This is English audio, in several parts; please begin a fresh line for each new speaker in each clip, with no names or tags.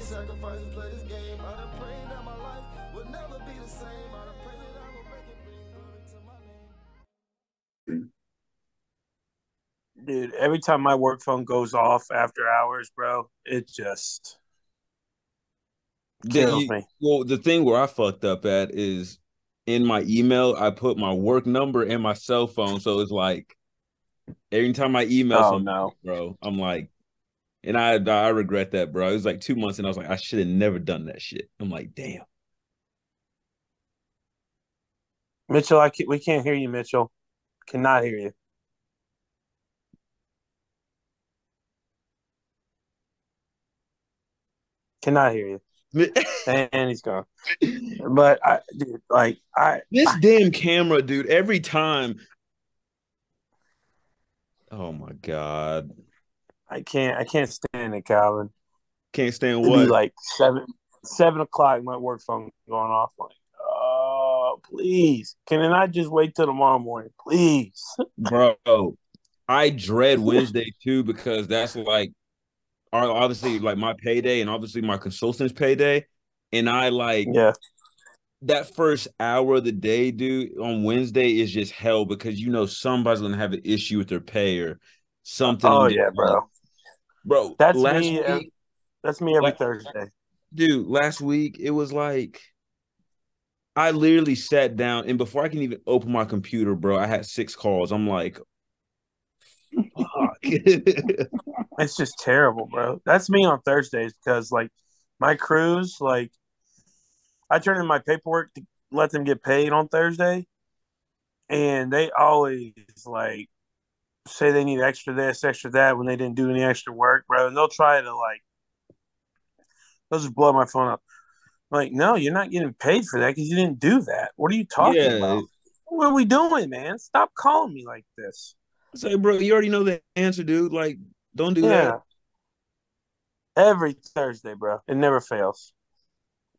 sacrifices, play this game. I done prayed that my life would never be the same. I done prayed that I would make it bring glory to my name.
Dude, every time my work phone goes off after hours, bro, it just
Then
kills
you-
me.
Well, the thing where I fucked up at is in my email, I put my work number and my cell phone. So it's like every time I email
Oh
somebody,
no.
bro, I'm like, and I I regret that, bro. It was like two months and I was like, I should have never done that shit. I'm like, damn.
Mitchell, I can, we can't hear you, Mitchell. Cannot hear you. Cannot hear you. And, and he's gone. But I dude, like I
This damn camera, dude, every time. Oh my God.
I can't I can't stand it, Calvin.
Can't stand
It'd be
what?
like seven seven o'clock, my work phone going off like Oh, please. Can it not just wait till tomorrow morning? Please.
bro i dread wednesday too because that's like our obviously like my payday and obviously my consultant's payday and i like
Yeah.
that first hour of the day dude on wednesday is just hell because you know somebody's gonna have an issue with their pay or something
Oh yeah, bro.
bro
That's
last
me, uh,
week,
That's me every
Like-
Thursday.
dude last week it was like i literally sat down and before i can even open my computer bro i had six calls i'm like fuck
It's just terrible, bro. That's me on Thursdays because like my crews, like I turn in my paperwork to let them get paid on Thursday, and they always like say they need extra this, extra that when they didn't do any extra work, bro. And they'll try to like they'll just blow my phone up. I'm like, no, you're not getting paid for that because you didn't do that. What are you talking
Yeah.
about? What are we doing, man? Stop calling me like this.
It's like, bro, you already know the answer, dude. Like, don't do that.
Every Thursday, bro. It never fails.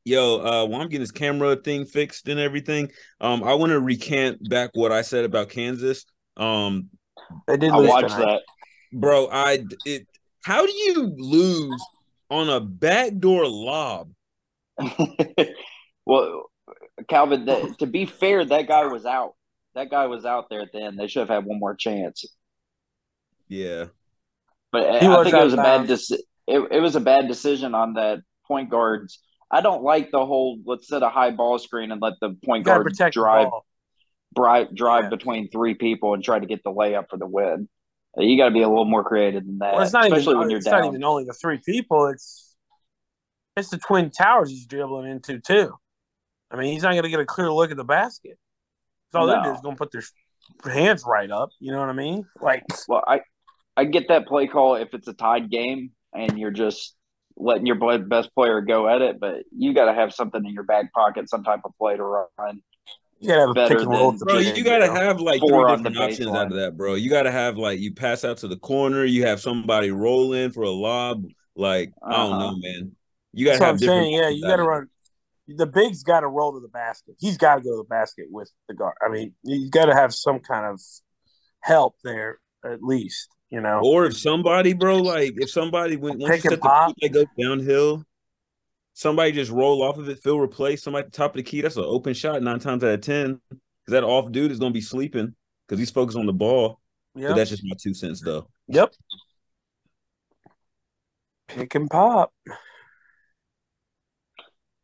Yo, uh, while I'm getting this camera thing fixed and everything, um, I want to recant back what I said about Kansas. Um,
They did
I
lose
watched
tonight.
that.
bro, I it. How do you lose on a backdoor lob?
well, Calvin, that, to be fair, that guy was out. That guy was out there at the end. They should have had one more chance.
Yeah,
But
He
I
was
think it was a
out
bad
of
deci- it, it was a bad decision on that point guards. I don't like the whole let's set a high ball screen and let the
You
point
gotta
guard
protect
drive
the ball.
drive, drive
Yeah.
between three people and try to get the layup for the win. You got to be a little more creative than that,
Well, it's not
especially
even,
when you're
it's
down.
not even only the three people. It's it's the twin towers he's dribbling into too. I mean, he's not gonna get a clear look at the basket. 'Cause all they
No.
do is gonna put their hands right up. You know what I mean? Like,
Well, I I get that play call if it's a tied game and you're just letting your bl- best player go at it, but you got to have something in your back pocket, some type of play to run.
you gotta have a
Better
pick and roll.
than-
at the
bro, you,
beginning,
gotta
know?
have like
Four
three
on the
different options
baseline.
out of that, bro. You gotta have like you pass out to the corner. You have somebody roll in for a lob. Like, I don't
Uh-huh.
know, man. You
That's
gotta
what
have
I'm
different
saying. Yeah,
options
you
out
gotta
of it.
run. The big's got to roll to the basket. He's got to go to the basket with the guard. I mean, you got to have some kind of help there at least. You know.
Oh,
Or if somebody, bro, like if somebody when once
Pick
you
and
set the
pop.
key, they go downhill, somebody just roll off of it, feel replaced, somebody at the top of the key. That's an open shot nine times out of ten. Because that off dude is gonna be sleeping because he's focused on the ball. But
Yep.
that's just my two cents though.
Yep. Pick and pop.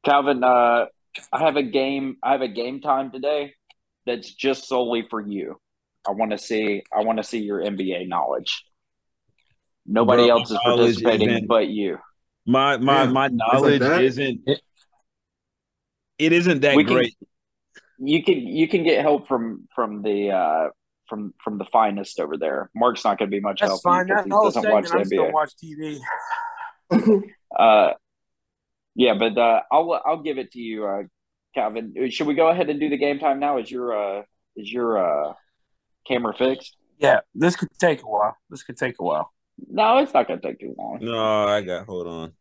Calvin, uh, I have a game. I have a game time today that's just solely for you. I want to see. I want to see your NBA knowledge. Nobody
Bro,
else is
my knowledge is
participating
in-
but you.
My my
Yeah,
my
like
knowledge
that?
isn't it isn't that
We can-
great.
You can you can get help from from the uh, from from the finest over there. Mark's not going to be much
That's
help
fine.
because
That
he
whole
doesn't watch
segment,
the
I'm still
NBA.
watch TV.
Uh, yeah, but uh, I'll I'll give it to you, uh, Calvin. Should we go ahead and do the game time now? Is your uh, is your uh, camera fixed?
Yeah, this could take a while. This could take a while.
No, it's not going to take too long.
No, I got hold on.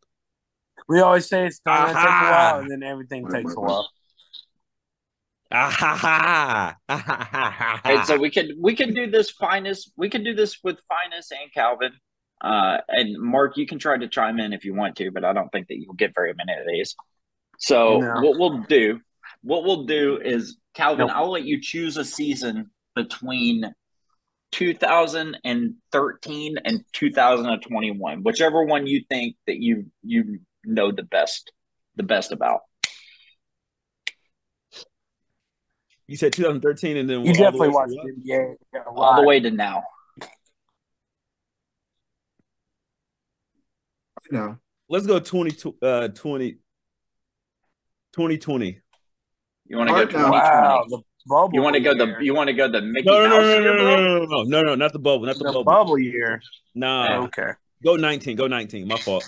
We always say it's going to take a
Aha!
while, and then everything takes a while.
Ah ha
Ah.
ha ha ha ha ha.
And so we can we can do this finest. We can do this with finest and Calvin. Uh, and Mark, you can try to chime in if you want to, but I don't think that you'll get very many of these. So
No.
what we'll do, what we'll do is Calvin,
Nope.
I'll let you choose a season between 2013 and 2021, whichever one you think that you you know the best, the best about.
You said 2013, and then
You
all the way
definitely
to
watch
what?
the NBA a
all the
lot.
way to now.
No.
Let's go 20, uh, 20, 2020.
You want to go
Right now.
2020.
Wow, the bubble.
You want to go the
year.
you want to go the Mickey
No, no, no,
Mouse
no,
year,
no,
bro?
no, no, no, no, no, not the bubble, not the,
the
bubble.
bubble year?
Nah,
Oh.
Okay.
go 19, go 19. My fault.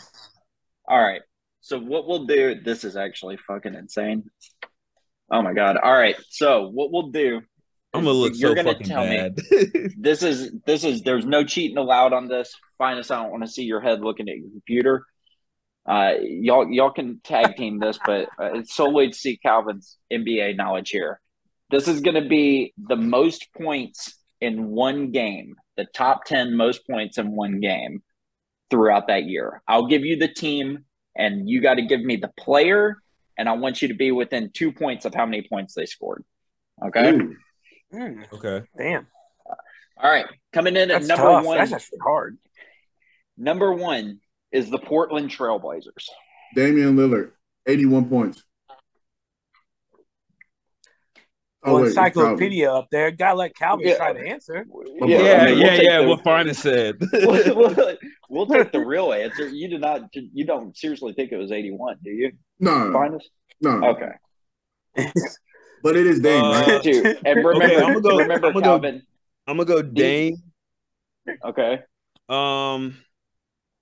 All right. So what we'll do, this is actually fucking insane. Oh my god. All right. So what we'll do,
I'm gonna look
You're
so
gonna
fucking
tell me.
bad.
this is this is there's no cheating allowed on this. Find us. I don't want to see your head looking at your computer. Uh, y'all y'all can tag team this, but uh, it's solely to see Calvin's NBA knowledge here. This is going to be the most points in one game, the top ten most points in one game throughout that year. I'll give you the team, and you got to give me the player, and I want you to be within two points of how many points they scored. Okay.
Ooh.
Mm,
okay.
damn,
All right. Coming in at
that's
number
tough.
one.
That's actually hard.
Number one is the Portland Trailblazers.
Damian Lillard, 81 points.
Well,
Oh, wait, it's Calvin.
encyclopedia up there. Gotta let Calvin
Yeah.
try to answer.
Yeah,
Yeah,
we'll
yeah,
take
yeah.
the-
What Farnan said.
We'll, we'll- we'll take the real answer. You do not. You don't seriously think it was eighty-one, do you?
No,
Finest.
no.
Okay.
But it is Dame, right?
Uh,
Two. And remember,
Okay, I'ma go-
remember
I'ma go-
Calvin.
I'm gonna go Dame.
Okay.
Um,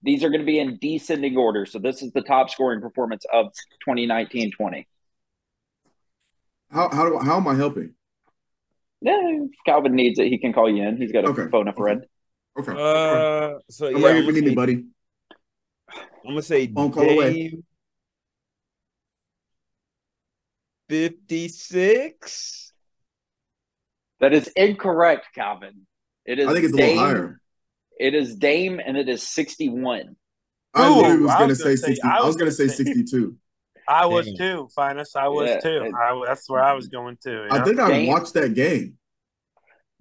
These are going to be in descending order. So this is the top scoring performance of 2019-20.
How, how, do, I- how am I helping?
Yeah, if Calvin needs it. He can call you in. He's got a
Okay.
phone up red.
Okay.
uh, so
I'm
yeah,
right here
I'm
if you need
gonna,
me,
say,
buddy.
I'm gonna say
Phone call away.
Dame. Fifty-six.
That is incorrect, Calvin. It is.
I think it's a
Dame,
little higher.
It is Dame, and it is sixty-one.
I
Ooh,
literally was
I
going to
was
say
gonna say-
60.
I
I was
was
going to say
gonna say-
62.
I was
Damn.
too, finest. I was
Yeah,
too.
it-
I, that's where I was going too.
I think I
Dame-
watched that game.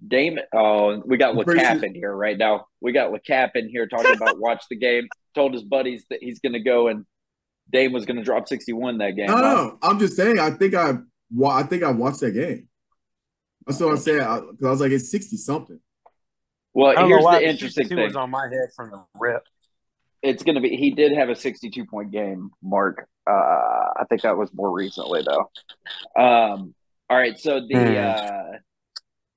Dame, oh, we got
I'm pretty
LeCap
sure-
in here right now. We got LeCap in here talking about watch the game. Told his buddies that he's going to go and Dame was going to drop 61 that game.
No,
huh?
no. I'm just saying. I think I, wa- I think I watched that game. That's what I'm saying. I, 'cause I was like, it's sixty something.
I
Well,
don't know
here's
why
the
but
interesting
62
thing.
was on my head from the rip.
It's going to be, he did have a 62 point game, Mark. Uh, I think that was more recently, though. Um, all right. So the uh,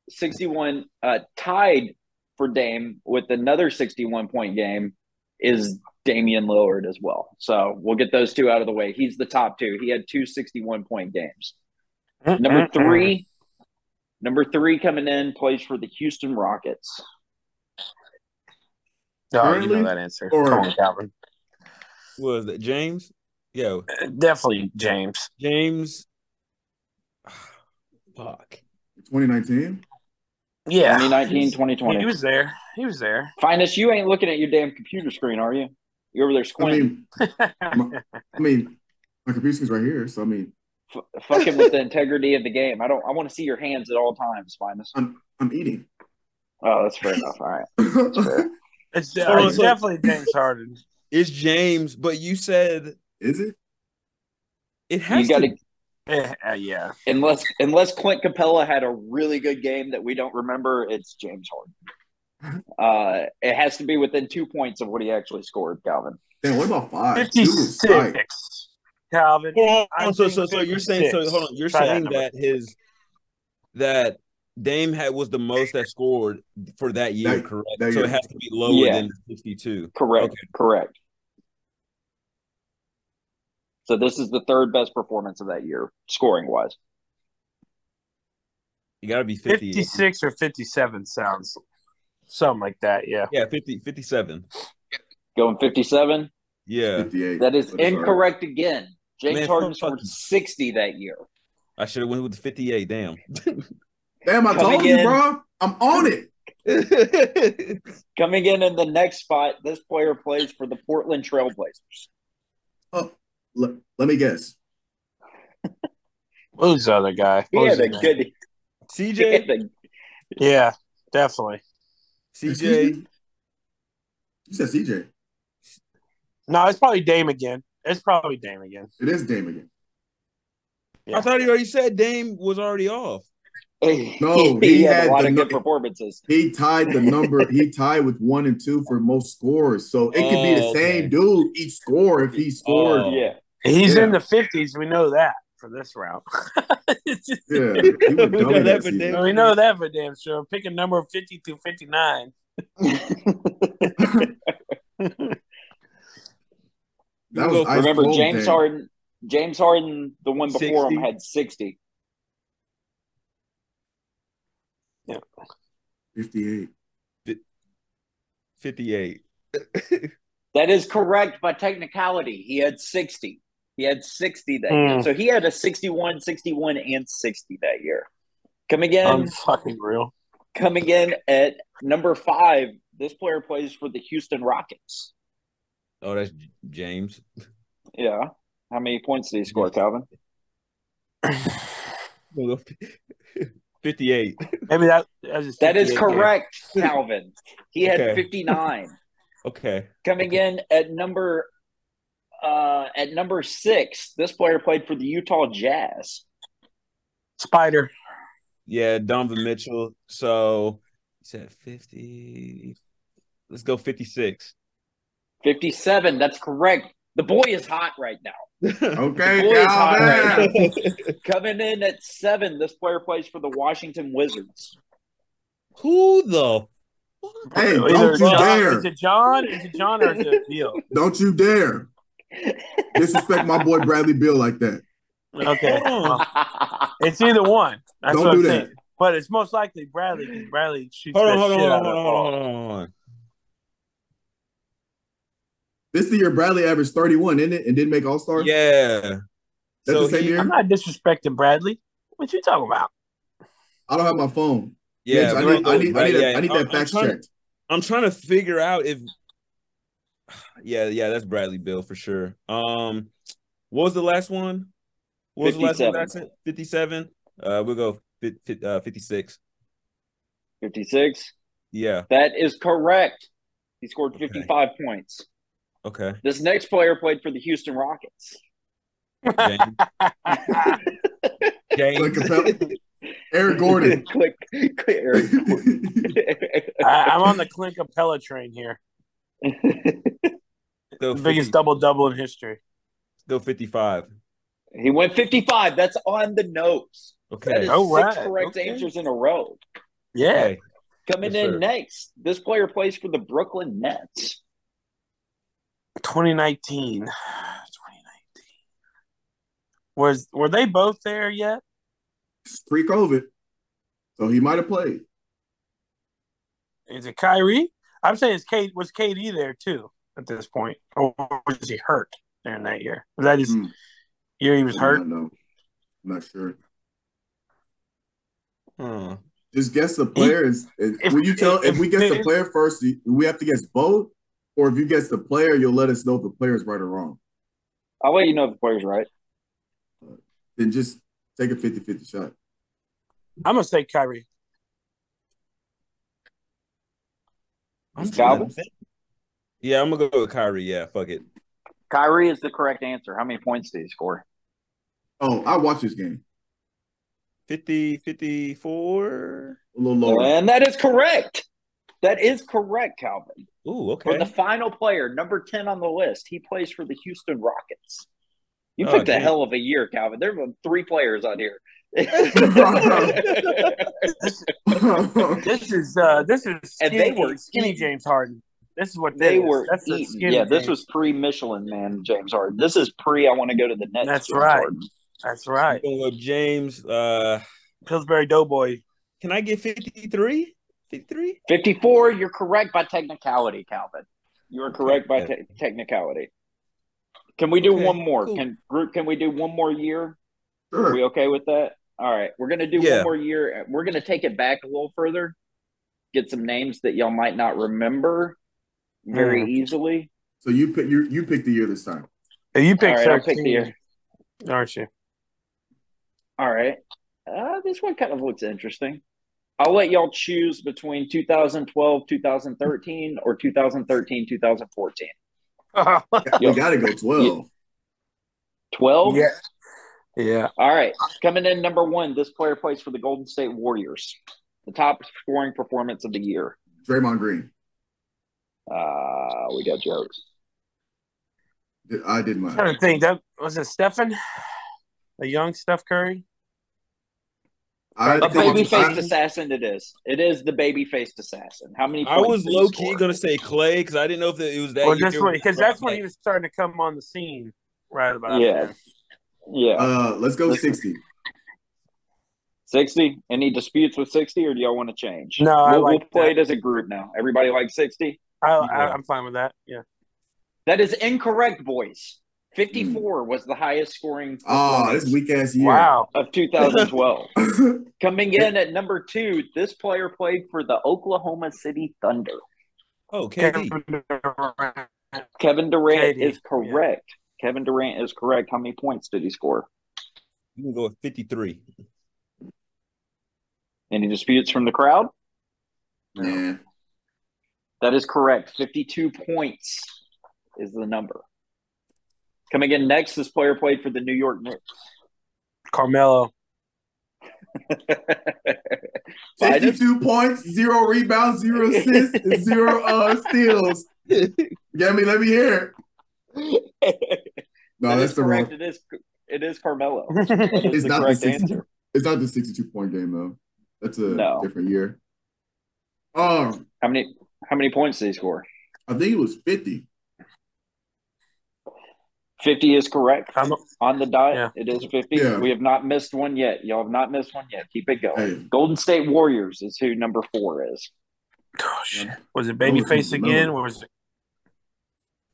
61 uh, tied for Dame with another 61 point game is Damian Lillard as well. So we'll get those two out of the way. He's the top two. He had two 61 point games.
Hmm.
Number three, number three coming in plays for the Houston Rockets.
Oh, you
Currently?
know that answer.
Or-
Come on, Calvin.
Was that James? Yo,
Definitely James.
James. Fuck.
2019.
Yeah.
2019,
He
2020.
was there. He was there.
Finest, you ain't looking at your damn computer screen, are you? You over there
I
squinting,
mean, I mean, my computer's right here. So I mean,
f- fucking with the integrity of the game. I don't. I want to see your hands at all times, Finest.
I'm I'm eating.
Oh, that's fair enough. All right.
It's,
Hold on,
it's
so-
definitely James Harden.
It's James, but you said
Is it?
it has
You got
to.
to
Eh, uh, yeah.
unless unless Clint Capella had a really good game that we don't remember. It's James Harden. Uh, it has to be within two points of what he actually scored, Calvin.
Damn. What about five? Two is tight.
56. Calvin.
Hold
I
on, Oh, so,
think
so, so you're saying so?
56.
Hold on, you're
Try that
saying
number.
that his that Dame had was the most that scored for that year,
That-
correct?
that
so
year.
it has to be lower
Yeah.
than sixty-two.
Correct.
Okay.
Correct. So this is the third best performance of that year, scoring wise.
You got to be fifty.
56 or 57 sounds something like that. Yeah.
Yeah, 50, 57.
Going fifty-seven.
Yeah,
58.
That is
What is our-
incorrect again. James
Man,
Harden
fuck
scored
you.
sixty that year.
I should have went with the fifty-eight. Damn.
Damn, I
Come
told
again.
you, bro. I'm on it.
Coming in in the next spot, this player plays for the Portland Trailblazers.
Let, let me guess.
Who's the other guy?
He
What was
had a
his name?
good. He
CJ,
had a,
Yeah, definitely.
Excuse
CJ,
me? You said CJ.
No, it's probably Dame again. It's probably Dame again.
It is Dame again.
Yeah.
I thought he already said Dame was already off.
he,
No,
he
he
had,
had
a lot
the
of good
nu-
performances.
He tied the number. he tied with one and two for most scores. So it could be the
Oh, okay.
same dude each score if he scored.
Oh.
Yeah,
He's
Yeah.
in the fifties. We know that for this round.
Yeah, he was
We
dumb
know
in
that
that
for
season.
damn-
we know that for damn sure. Pick a number of fifty through fifty-nine.
That was ice
remember
cold
James
Dame.
Harden. James Harden, the one before
60?
him, had sixty.
58.
58.
That is correct by technicality. He had sixty. He had sixty that year.
Hmm.
So he had a 61, 61, and sixty that year. Coming in,
Unfucking real.
coming in at number five. This player plays for the Houston Rockets.
Oh, that's J- James.
Yeah. How many points did he score, Calvin?
We'll go 58.
Maybe that that's his
That
58
is
year.
correct, Calvin. He had
Okay.
59.
Okay.
Coming in at number uh at number six, this player played for the Utah Jazz.
Spider.
Yeah, Donovan Mitchell. So he said 50. Let's go 56.
57. That's correct. The boy is hot right now.
Okay,
Boy, it's hot
Calvin.
right Coming in at seven, this player plays for the Washington Wizards.
Who the?
Hey,
Either
don't you
John,
dare.
Is it John? Is it John or is it Bill?
Don't you dare disrespect my boy Bradley Bill like that.
Okay.
Hold on.
It's either one. That's
Don't
what
do
I'm
that.
saying. But it's most likely Bradley. 'cause Bradley shoots
Hold
that
on, hold on,
shit
hold
out
on,
of
hold
that
on,
ball.
hold on, hold on.
This is the year Bradley averaged 31, isn't it? And didn't make All Star.
Yeah.
That's
So
the same
he,
year?
I'm not disrespecting Bradley. What you talking about?
I don't have my phone.
yeah,
Mitch, I
real
need, I
quick,
need, I
right?
need, that-
Yeah,
I need
I'm-
that
I'm
fact
trying to-
check.
I'm trying to figure out if yeah, yeah, that's Bradley Bill for sure. Um what was the last one? What was the last one that I
57.
said? 57? Uh we'll go fif- fif- uh, 56.
56.
Yeah.
That is correct. He scored
Okay.
55 points.
Okay.
This next player played for the Houston Rockets.
James.
Click
James.
Capella. Eric Gordon.
click, click Eric
I, I'm on the Clint Capella train here.
Go,
The
50
biggest double double in history.
go 55.
he went 55. That's on the nose. That
Okay.
is
All
six
right.
correct
Okay.
answers in a row.
Yeah.
Okay.
Coming
Yes,
in
sir.
next, this player plays for the Brooklyn Nets.
2019. 2019. Was were they both there yet?
Pre COVID. So he might have played.
Is it Kyrie? I'm saying it's Kate. Was KD there too at this point, or was he hurt during that year? Was that his
Hmm.
year he was
I
hurt?
don't know. I'm not sure.
Hmm.
Huh.
Just guess the player is. is-
if-
Will you tell if,
if-
we guess the
if-
player first? do We have to guess both, or if you guess the player, you'll let us know if the player is right or wrong.
I'll let you know if the player's right.
Then just take a 50-50 shot.
I'm gonna say Kyrie.
I'm
Calvin?
trying to think. Yeah, I'm gonna go with Kyrie. Yeah, fuck it.
Kyrie is the correct answer. How many points did he score?
Oh, I watched this game
50, 54.
a little lower.
And that is correct. That is correct, Calvin.
Ooh, okay.
For the final player, number 10 on the list, he plays for the Houston Rockets. You
Oh,
picked a
damn.
hell of a year, Calvin. There were three players on here.
This is uh this is
And
skinny,
they were
skinny
eaten.
James Harden. This is what
they
that is.
were
That's a
eaten.
skinny
Yeah, this
James.
was pre Michelin man, James Harden. This is pre I want to go to the Nets.
That's
James
right.
Harden.
That's
I'm
right.
gonna go James. Uh,
Pillsbury Doughboy.
can I get 53? 53?
54, you're correct by technicality, Calvin. You are correct by te- technicality. Can we do
Okay,
one more?
cool.
Can group can we do one more year? Are we
Sure.
okay with that? All right, we're going to do
Yeah.
one more year. We're going to take it back a little further. get some names that y'all might not remember very
Mm.
easily.
So you pick you you pick the year this time.
Hey, you
All
pick
right, I'll pick
13,
the year.
aren't you?
All right. Uh, this one kind of looks interesting. I'll let y'all choose between 2012, 2013, or 2013, 2014.
We
Oh.
Yeah.
gotta go twelve.
12?
Yeah. yeah.
All right. Coming in number one, this player plays for the Golden State Warriors. The top scoring performance of the year.
Draymond Green.
Uh, we got jokes.
Did- I did
I'm
mine.
trying to think. That was it. Stephen, a young Steph Curry.
I
A
think I'm-
baby faced
I-
assassin, it is. It is the baby faced assassin. How many
I
points
was
did he
low key
score?
gonna say Clay because I didn't know if it was that.
Well, this
year.
one because that's when he was starting to come on the scene. Right about
Yeah.
there.
Yeah.
uh, let's go
Let's-
sixty.
60? Any disputes with 60 or do y'all want to change?
No, I
we'll,
like
we'll play
that.
it as a group now. Everybody like 60?
I,
Yeah.
I, I'm fine with that. Yeah.
That is incorrect, boys. 54 was the highest scoring
Oh,
performance
this weak ass year.
Wow.
of 2012.
Damn,
Coming in at number two, this player played for the Oklahoma City Thunder.
Oh, KD.
Kevin Durant.
Kevin Durant
KD,
is correct. Kevin Durant is correct. How many points did he score?
You can go with fifty three.
Any disputes from the crowd?
yeah.
That is correct. 52 points is the number. Coming in next, this player played for the New York Knicks.
Carmelo.
Biden?
Fifty-two points, zero rebounds, zero assists, and zero uh, steals. Get me, let me hear. it. No,
That
that's
is
the
correct.
wrong.
It is it is Carmelo.
All
That is
It's
the
not the
correct
60.
answer.
It's not the sixty-two point game though. That's a
No.
different year. Oh,
How many how many points did he score?
I think it was fifty.
50 is correct.
I'm-
On the dot,
Yeah.
it is 50.
Yeah.
We have not missed one yet. Y'all have not missed one yet. Keep it going.
Hey,
Golden State Warriors is who number four is.
Gosh. Was it Babyface
Carmelo.
again? Or was it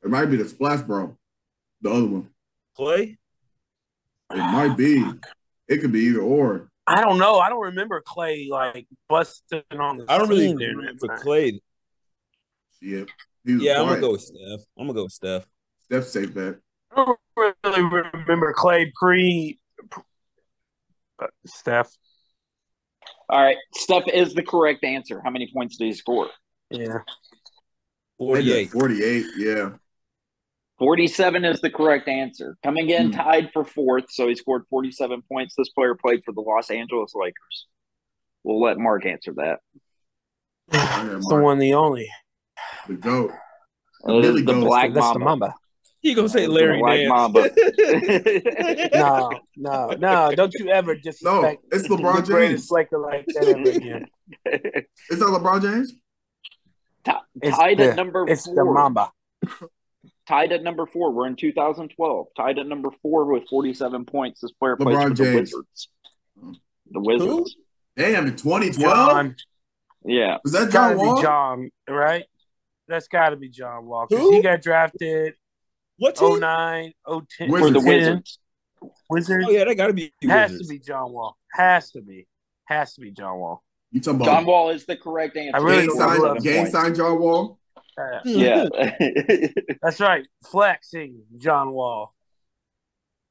it might be the splash bro, the other one.
Clay.
It might be. It could be either or.
I don't know. I don't remember Clay like busting on the
I don't really
scene during that
remember
time.
Clay.
Yeah, he was
Yeah, I'm gonna
quiet.
go with Steph. I'm gonna go with Steph.
Steph said that.
I don't really remember Clay pre uh, Steph.
All right. Steph is the correct answer. How many points did he score?
Yeah.
Maybe
Forty eight.
48, yeah.
47 is the correct answer. Coming in
Hmm.
tied for fourth, so he scored 47 points. This player played for the Los Angeles Lakers. We'll let Mark answer that.
I got
the
mine.
one, the only.
The GOAT.
It is
Billy
the
Goat.
Black
That's the
Mamba.
Mamba.
He gonna say
The
Larry
Black
Nance.
Mamba.
No, no, no. Don't you ever
No,
disrespect
it's
the
LeBron James.
greatest Laker like that ever again.
It's not LeBron James.
Ti-
It's
tied
the-
at number
It's
four.
the Mamba.
Tied at number four. We're in 2012. Tied at number four with 47 points. This player plays
LeBron
for the
James.
Wizards. The Wizards.
Damn, in 2012?
John.
Yeah.
Was that
Gotta
John
be
Wall?
John, right? That's gotta be John Wall. 'cause
Who?
He got drafted
What
Oh,
team?
09, 010.
Wizards.
For the
10.
Wizards.
Wizards.
Oh yeah, that gotta be
has
Wizards.
to be John Wall. Has to be. Has to be John Wall.
You talking about
John Wall is the correct answer.
I really
gang,
don't
sign,
love-
gang
points.
sign John Wall?
Uh,
Yeah.
that's right. Flexing John Wall.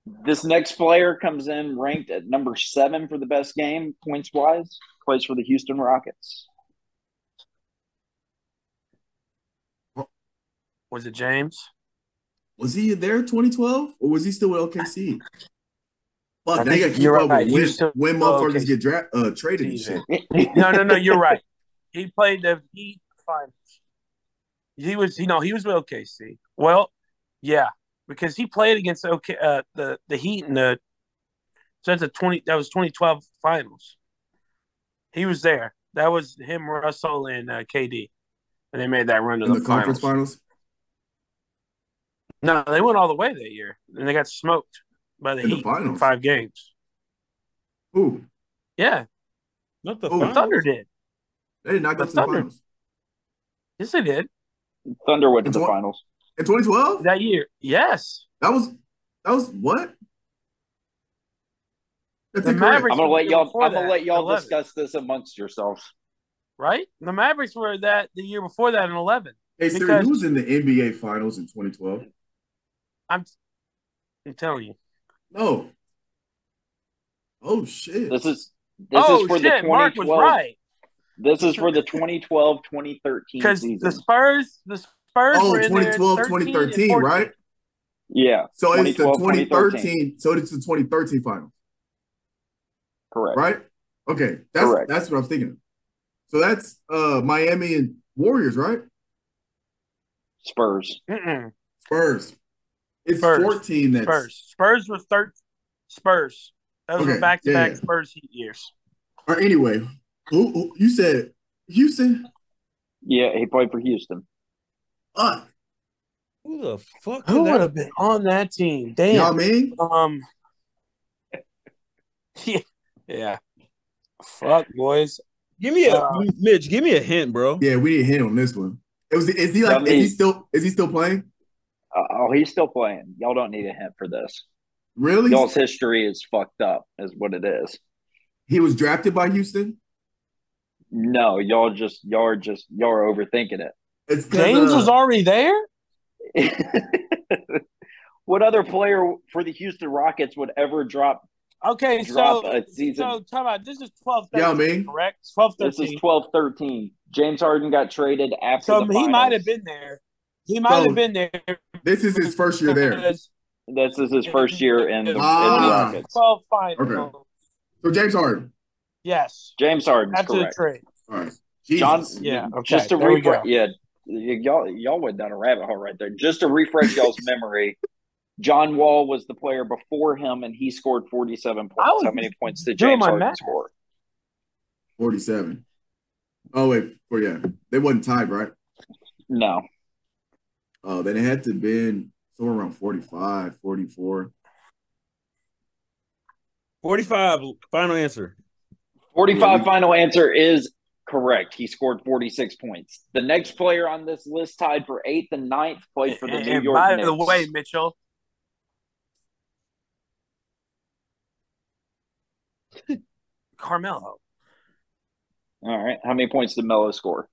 This next player comes in ranked at number seven for the best game points wise. Plays for the Houston Rockets.
Was it James?
Was he there in 2012? Or was he still with LKC?
I
Fuck,
think
they gotta keep
you're
up
right.
with when,
He's still
when
with
motherfuckers
OKC.
get dra- uh, traded and shit.
Season. No, no, no. You're right. He played the Heat finals. He was, you know, he was with OKC. Well, yeah, because he played against OK uh, the the Heat in the so that's a twenty that was 2012 finals. He was there. That was him, Russell, and uh, KD, and they made that run to
In
the,
the conference finals?
No, they went all the way that year, and they got smoked by the
In the
Heat in
finals?
five games.
Ooh,
Yeah,
Not the
Oh,
the
finals.
Thunder did.
they did not go
The
to the
Thunder.
finals.
Yes, they did
Thunder went to
It's
the
what-
finals.
In 2012?
that year. Yes,
That was that was what? That's
The
incorrect.
Mavericks-
I'm gonna let y'all.
Before
I'm gonna
that,
let y'all
11.
discuss this amongst yourselves.
right? The Mavericks were that the year before that in eleven.
Hey, sir,
Because-
who was in the NBA Finals in 2012?
I'm, I'm telling you.
No. Oh shit!
This is this
Oh
is for
shit,
the
Mark was
2012.
right
This is for the 2012-2013
because
season.
the Spurs, the Spurs
oh,
were in there in
2012,
13 and
2013,
14.
right?
yeah,
So it's the
2012,
2013. So it's the 2013 final,
correct.
right? Okay, that's
Correct.
that's what I'm thinking. Of. So that's uh Miami and Warriors, right?
Spurs.
Mm-mm.
Spurs. It's
Spurs.
14. That's
Spurs, Spurs was third. Spurs. Those
Okay,
were back to back
yeah.
Spurs Heat years.
or anyway. Who, who you said Houston?
Yeah, he played for Houston.
Uh,
Who the fuck?
Who
is that?
would have been on that team?
you know
Damn.
what I mean?
Um. Yeah. yeah. Fuck boys.
Give me a
Uh,
Mitch. Give me a hint, bro.
Yeah, we didn't hit on this one. It was is he like
That
is he
means-
still is he still playing?
Uh, oh, he's still playing. Y'all don't need a hint for this.
Really?
Y'all's history is fucked up, is what it is.
He was drafted by Houston.
No, y'all just y'all are just y'all are overthinking it.
It's 'cause,
James
uh,
was already there.
what other player for the Houston Rockets would ever drop?
Okay,
Drop
so
a season.
so talk about this is twelve
You know
thirteen,
what I mean?
correct? Twelve
This is
thirteen.
12 13. James Harden got traded after
So
the
he might
finals.
have been there. He might have been there.
This is his first year there.
because
This is his first year in the, in the
Ah.
Rockets.
Twelve final.
Okay. So James Harden.
Yes.
James Harden's
After
correct.
the trade.
All right. Jesus.
John,
Yeah, okay,
just to
there we go.
refresh, yeah, y- y'all y'all went down a rabbit hole right there. Just to refresh y'all's memory, John Wall was the player before him, and he scored forty-seven
I
points.
was
How many points did
doing
James
my
Harden
math.
score?
47. Oh wait, for yeah. They wasn't tied, right?
No,
Oh, then it had to been somewhere around 45, 44.
Forty-five. Final answer.
forty-five.
Yeah.
Final answer is correct. He scored forty-six points. The next player on this list, tied for eighth and ninth, played for the
and,
New
and
York
by
Knicks.
the way, Mitchell, Carmelo.
all right, how many points did Melo score?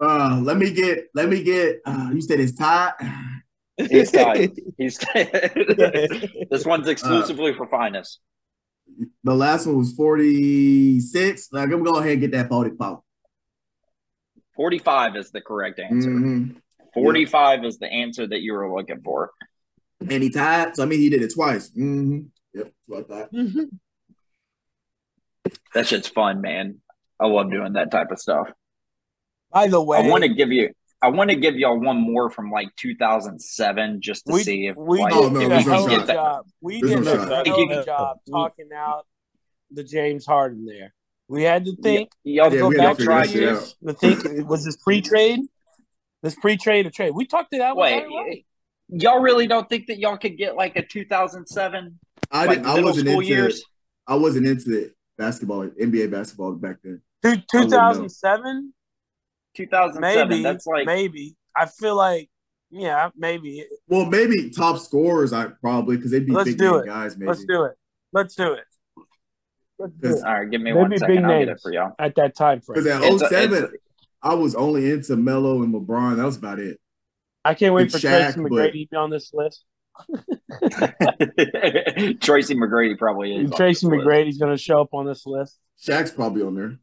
Uh, let me get, let me get. Uh, you said it's tied.
He's tied. He's this one's exclusively
exclusively
for finest.
The last one was forty six. Like, I'm gonna go ahead and get that forty
Forty-five is the correct answer.
Mm-hmm.
45 is the answer that you were looking for.
And he tied. So I mean, he did it twice. hmm Yep. So I thought.
That shit's fun, man. I love doing that type of stuff.
By the way,
I want to give you. I want to give y'all one more from like 2007 just to
we,
see if
we
like,
Oh,
did
no,
a
there's no
hell of a
shot.
job. We
There's
did
no
a
shot.
hell of a
You-
job talking out the James Harden there. We had to think.
y'all
Yeah,
go
we had to figure
back try
that shit
years.
out.
The think was this pre-trade. This pre-trade or trade? We talked it out. with
Wait,
Larry Wright.
y'all really don't think that y'all could get like a 2007
I
like
didn't. I
middle
wasn't
school
into.
years?
I wasn't into basketball, NBA basketball back then.
Two,
Oh,
wouldn't know.
2007,
2007.
maybe.
that's like
maybe. I feel like, yeah, maybe.
Well, maybe top scorers, I probably because they'd be
Let's
big
do
name
it.
guys. Maybe
Let's do it. Let's do it. Let's do
Because-
it
all right. Give me
Maybe
one
big
second. I'll get it
names.
for y'all.
at that time
because
frame.
at
It's a-
07,
it's-
I was only into Melo and LeBron. That was about it.
I can't wait
Big
for
Shaq,
Tracy
but-
McGrady to be on this list.
Tracy McGrady probably is. on
Tracy
this list.
McGrady's going to show up on this list.
Shaq's probably on there,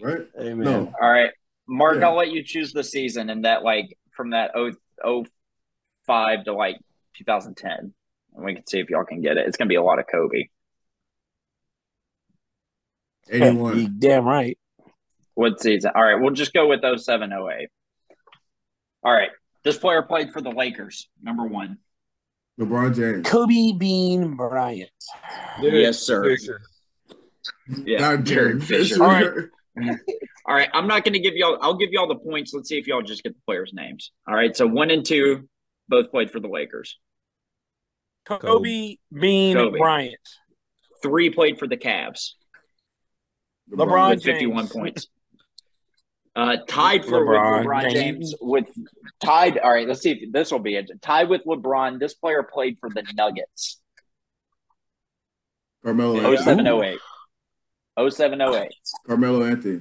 right?
Amen.
No,
All right. Mark,
Yeah.
I'll let you choose the season and that like from that oh oh five to like 2010. And we can see if y'all can get it. It's going to be a lot of Kobe.
You
eighty-one.
damn right.
What season? All right. We'll just go with 07 08. All right. This player played for the Lakers, number one.
LeBron James.
Kobe Bean Bryant.
Yes, sir. Yeah.
Not
Derek
James.
Fisher.
All right.
All right. I'm not going to give y'all, I'll give y'all the points. Let's see if y'all just get the players' names. All right. So one and two both played for the Lakers,
Kobe,
Kobe.
Bean
Kobe.
Bryant.
three played for the Cavs.
LeBron
with 51
James.
points. Uh, tied for
LeBron
with LeBron James.
James.
with tied. All right, let's see if this will be it. Tied with LeBron. This player played for the Nuggets.
Carmelo.
Oh
Anthony.
seven oh eight. Oh seven oh eight.
Carmelo Anthony.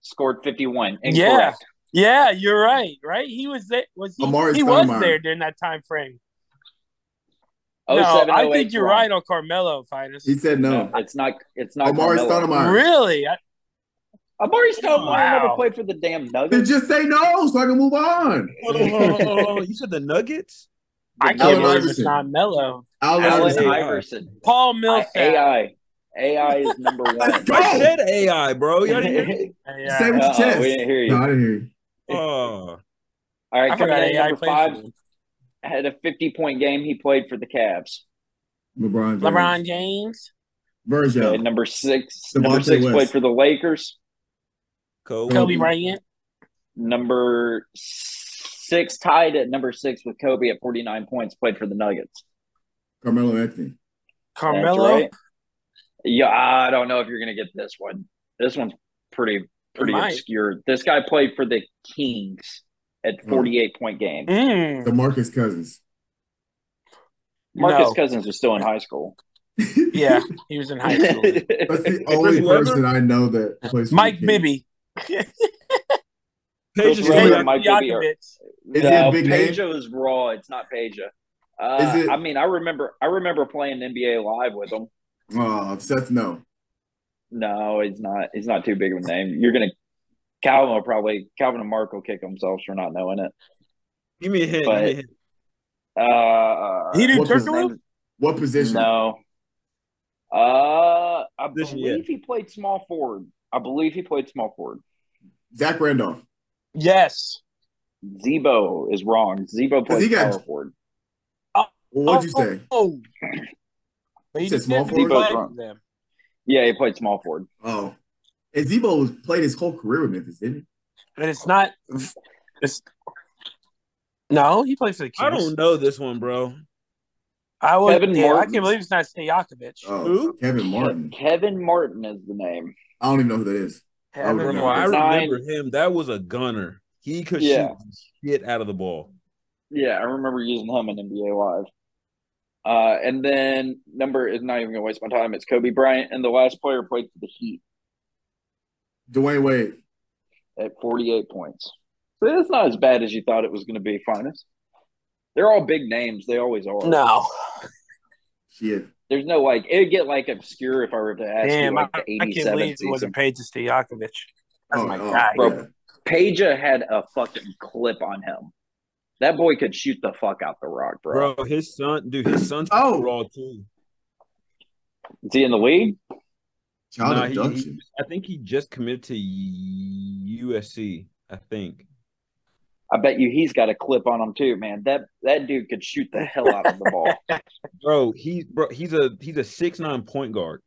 Scored 51. Incorrect.
Yeah. Yeah, you're right. Right? He was there. Was he?
Amari
he was
Stoudemire.
there during that time frame. No,
07,
I
08
think you're
wrong.
right on Carmelo, Finus.
He said no.
oh It's not. It's not.
Amari
Carmelo.
Stoudemire.
Really? I,
Amari Stoudemire
Wow.
never played for the damn
Then
Nuggets.
just say no so I can move on.
Hold on, hold on, hold on, hold on. You said the Nuggets?
I can't
Allen
believe it's
Iverson.
not Mello.
Allen
Allen
Iverson.
AI.
Iverson.
Paul
I-
Millsap.
AI. AI is number one.
Let's go.
I said AI, bro. Y'all didn't hear me?
Yeah.
Say what-
Uh-oh, we didn't hear you.
No, I didn't hear you.
Oh,
All
I
right, coming
forgot
in at
AI
number
played
five,
for them.
had a 50 point game. He played for the Cavs.
LeBron. James.
LeBron James.
Version.
Okay, number six, number
Devontae
six
West.
played for the Lakers.
Kobe.
Kobe Bryant.
Number six, tied at number six with Kobe at 49 points, played for the Nuggets.
Carmelo Anthony.
That's
Carmelo.
right. Yeah, I don't know if you're going to get this one. This one's pretty pretty
might.
obscure. This guy played for the Kings
Hmm.
at 48 point game.
Mm,
DeMarcus Cousins.
Marcus
no.
Cousins was still in high school.
Yeah, he was in high school.
That's the only
Weber?
person I know that plays. for
Mike
the Kings.
Bibby.
Paige
Chris
is
Webber
right.
and Mike Bibby are-
Yakovitch.
Is
no,
it a big
Peja
name?
is raw. It's not Peja. Uh,
Is it-
I mean, I remember, I remember playing NBA live with him.
Oh, Seth, no.
No, he's not. He's not too big of a name. You're gonna Calvin will probably Calvin and Mark will kick themselves for not knowing it.
Give me a hint. Give me a hint.
Uh,
He do
What was his
Turkoglu?
What position?
no. Uh, I
Position, yeah.
believe he played small forward. I believe he played small forward.
Zach Randolph.
Yes.
Zebo is wrong. Zebo
Cause he
played
got-
power forward.
Well, what'd you
Oh,
say?
Oh. But he
You said
just
small
said
forward?
he played
Debo's wrong.
for them.
Yeah, he played small forward.
Oh. And Zebo played his whole career with Memphis, didn't
But it's not. It's no. He played for the Kings.
I don't know this one, bro.
I would.
Kevin
yeah, I
Martin.
can't believe it's not Stojakovic.
he? Oh,
Who?
Kevin Martin.
Kevin Martin is the name.
I don't even know who that is. I would
Kevin
know.
Bro, I
Martin.
Nine.
remember him. That was a gunner. He could
Yeah.
shoot the shit out of the ball.
Yeah, I remember using him in NBA Live. Uh, and then number is not even gonna waste my time. It's Kobe Bryant, and the last player played for the Heat.
Dwayne Wade.
at 48 points. So that's not as bad as you thought it was going to be, Finest. They're all big names. They always are.
No.
Shit.
There's no like, it'd get like obscure if I were to ask
Damn,
you like
I,
the
I can't
87
believe it
season.
wasn't paid to Stojakovic. That's
Oh,
my
oh,
guy.
Bro.
yeah.
Peja had a fucking clip on him. That boy could shoot the fuck out the rock, bro.
Bro, his son, dude, his son's
Oh.
raw too.
Is he in the league?
Child
Nah, he-
abduction.
I think he just committed to USC. I think.
I bet you he's got a clip on him too, man. That that dude could shoot the hell out of the ball.
Bro, he's bro, he's a he's a six nine point guard.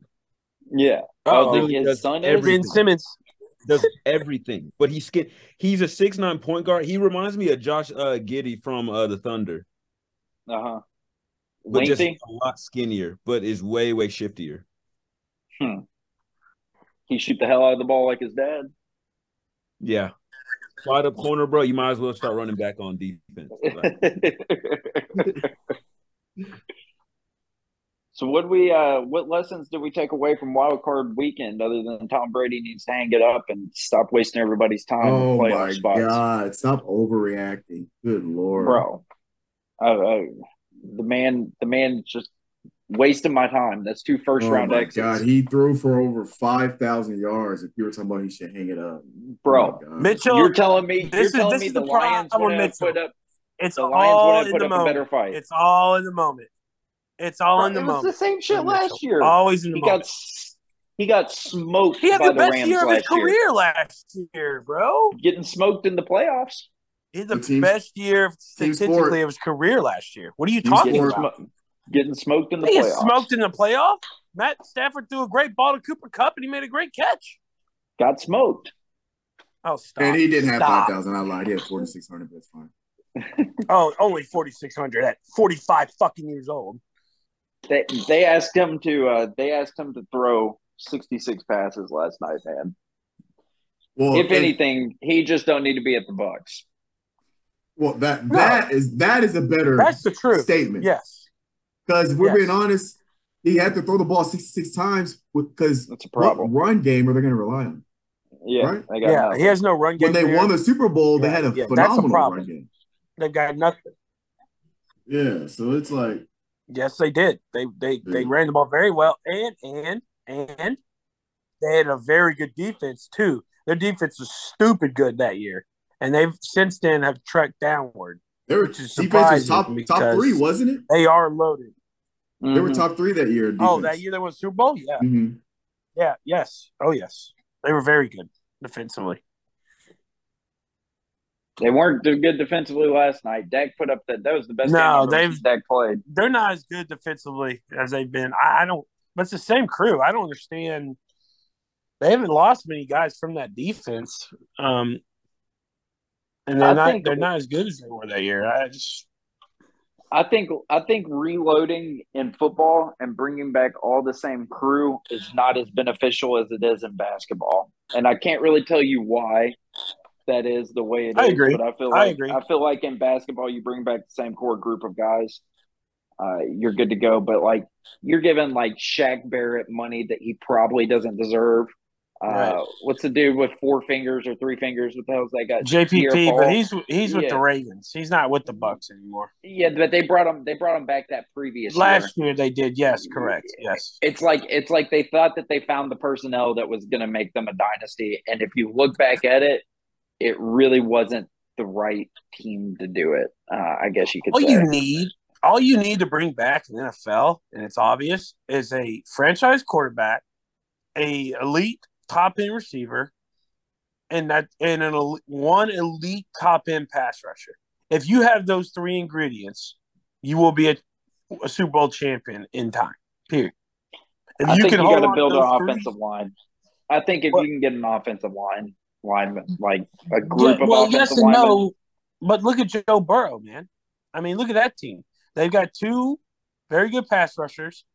yeah.
Oh,
I think
he
his
does
son is.
everything.
Ben Simmons.
Does everything, but he's skin. He's a six nine point guard. He reminds me of Josh uh, Giddy from uh, the Thunder,
Uh huh.
but just
Lengthy.
a lot skinnier, but is way way shiftier.
He shoot the hell out of the ball like his dad.
Yeah. Slide up corner, bro. You might as well start running back on defense. Like,
so what we uh what lessons did we take away from wild card weekend other than Tom Brady needs to hang it up and stop wasting everybody's time
Oh
with playoff
my
spots.
God. Stop overreacting. Good lord.
Bro. I, I, the man the man just wasting my time. That's two first
Oh
round
my
exits.
God. He threw for over 5,000 yards. If you were talking about he should hang it up.
Bro,
Oh my God.
Mitchell.
you're telling me
this
you're
is-
telling
this
me
is
the,
the
Lions
problem,
wouldn't have
Mitchell.
put up
it's
the Lions
all in
wouldn't have put
the
up a
moment.
better fight.
It's all in the moment. It's all
Bro,
in the
it was
moment.
the same shit
Mitchell.
last year.
Always in the
he
moment.
got s- he got smoked
he had
by
the
the,
best
Rams
year of his
last year.
career last year, bro.
Getting smoked in the playoffs.
He had the
The team-
best year
sport.
statistically of his career last year. What are you
Team
talking
Getting,
sport.
about?
smo- getting smoked in the
He
playoffs.
got smoked in the playoff. Matt Stafford threw a great ball to Cooper Cup, and he made a great catch.
Got smoked.
Oh, stop!
And he didn't have
Stop.
5,000. I lied. He had 4,600. That's fine.
Oh, only forty six hundred at forty five fucking years old.
They they asked him to uh, they asked him to throw sixty six passes last night, man.
Well,
if
and-
anything, he just don't need to be at the Bucks.
well, that
No.
that is that is a better
That's the truth.
statement.
Yes,
Because if we're
Yes.
being honest, he had to throw the ball 66 times because
That's a
what
problem.
run game are they going to rely on?
Yeah,
Right?
they got
Yeah,
nothing.
he has no run game.
When they
there.
won the Super Bowl, they
Yeah,
had a
yeah, that's a
phenomenal
problem.
run game.
They've got nothing.
Yeah, so it's like
Yes, they did. They they they
Yeah.
ran the ball very well, and and and they had a very good defense too. Their defense was stupid good that year, and they've since then have trekked downward.
they were
Which is
defense was
surprising
top top
because-
three, wasn't it?
They are loaded.
They were
Mhm.
top three that year.
Oh,
defense.
that year they won the Super Bowl. Yeah,
Mhm.
yeah, yes. Oh, yes. They were very good defensively.
They weren't do- good defensively last night. Dak put up that. That was the best.
No,
No,
they've-
they've Dak played.
They're not as good defensively as they've been. I, I don't. But it's the same crew. I don't understand. They haven't lost many guys from that defense, um, and they're
I
not.
think-
They're not as good as they were that year. I just.
I think. I think reloading in football and bringing back all the same crew is not as beneficial as it is in basketball, and I can't really tell you why. That is the way it is.
I agree.
But I feel
I
like
agree.
I feel like in basketball you bring back the same core group of guys, uh, you're good to go. But like you're giving like Shaq Barrett money that he probably doesn't deserve. Uh,
Right.
What's the dude with four fingers or three fingers? What the hell's that guy? Pierre
JPP,
Paul.
but he's he's with the
Yeah.
Ravens. He's not with the Bucks anymore.
Yeah, but they brought him. They brought him back that previous year.
Last year they did. Yes, correct. Yes.
It's like it's like they thought that they found the personnel that was going to make them a dynasty, and if you look back at it, it really wasn't the right team to do it. Uh, I guess you could
All
say.
you need, all you need to bring back in the NFL, and it's obvious, is a franchise quarterback, a elite top end receiver, and that and an el- one elite top end pass rusher. If you have those three ingredients, you will be a, a Super Bowl champion in time. Period. If
I think you got
hold on
to build an
those three-
offensive line. I think if
Well-
you can get an offensive line lineman, like a
Yeah,
group of
well,
offensive
yes and
linemen,
no, but look at Joe Burrow, man. I mean, look at that team. They've got two very good pass rushers.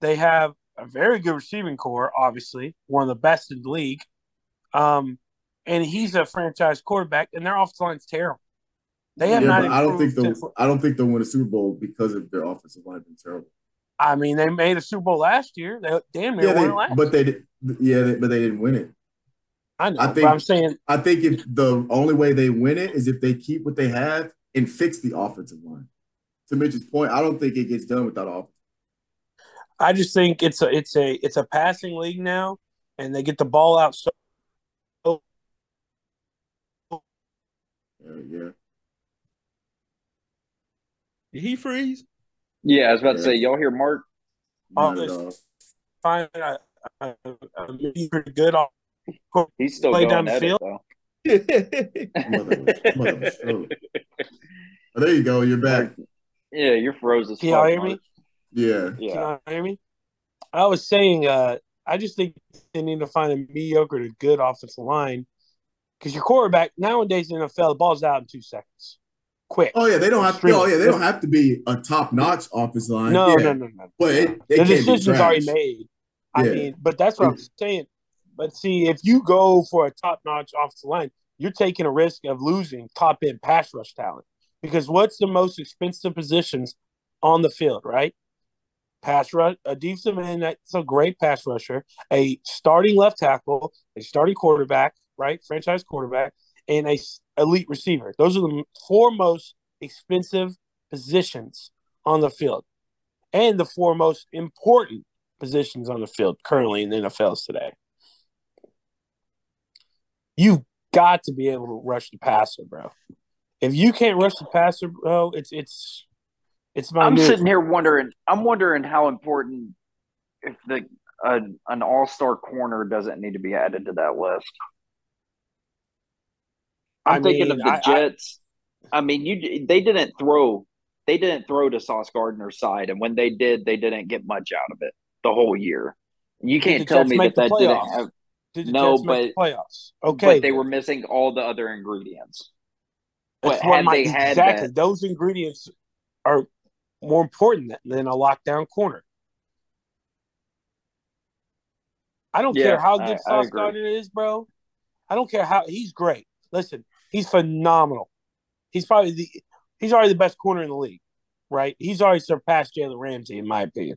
They have a very good receiving core, obviously, one of the best in the league. Um, and he's a franchise quarterback, and their offensive line's terrible. They have
yeah,
not.
but I don't think
improved
they'll
since-
I don't think they'll win a Super Bowl because of their offensive line being terrible.
I mean, they made a Super Bowl last year. They damn near
Yeah,
won
they,
it last.
but they did- yeah, they, but they didn't win it.
I know.
I
but
think-
I'm saying
I think if the only way they win it is if they keep what they have and fix the offensive line. To Mitch's point, I don't think it gets done without offense.
I just think it's a it's a it's a passing league now, and they get the ball out so
Yeah, yeah.
Did he freeze?
yeah, I was about to
Yeah.
say, y'all hear Mark?
Not
Oh,
at
it's-
all.
find a, a, a pretty good off.
He's still
Play down
going
the
at
field?
it though.
Mother, mother, oh. Oh, there you go. You're back.
Yeah, you're froze as
Can y'all
fuck,
hear me?
Mark.
Yeah.
Can
Yeah,
you hear me? I was saying, uh, I just think they need to find a mediocre to good offensive line because your quarterback nowadays in the NFL, the ball's out in two seconds, quick.
Oh yeah, they don't have. To,
Extremely.
oh yeah, they don't have to be a top notch offensive line.
no,
Oh, yeah,
no, no, no.
But it, it
the
can't be
decision's
trash.
already made. I
Yeah.
mean, but that's what I'm saying. But see, if you go for a top notch offensive line, you're taking a risk of losing top end pass rush talent. Because what's the most expensive positions on the field, right? Pass rush, a defensive end that's a great pass rusher, a starting left tackle, a starting quarterback, right? Franchise quarterback, and a s- elite receiver. Those are the m- four most expensive positions on the field and the four most important positions on the field currently in the NFLs today. You've got to be able to rush the passer, bro. If you can't rush the passer, bro, it's it's it's my
I'm
new
sitting here wondering. I'm wondering how important if the uh, an all star corner doesn't need to be added to that list. I'm
I
thinking
mean,
of the
I- I-
Jets. I, mean, you they didn't throw they didn't throw to Sauce Gardner's side, and when they did, they didn't get much out of it the whole year. You
Did
can't
the
tell
Jets
me
make
that that
the
didn't
playoffs?
have,
Did the
No,
Jets make the playoffs? Okay,
but they were missing all the other ingredients.
That's
but
what
had
my-
they had
exactly those ingredients are more important than- than a lockdown corner. I don't
Yeah,
care how
I-
good
I
Sauce
agree.
Gardner is, bro. I don't care how he's great. Listen, he's phenomenal. He's probably the he's already the best corner in the league, right? He's already surpassed Jalen Ramsey in my opinion.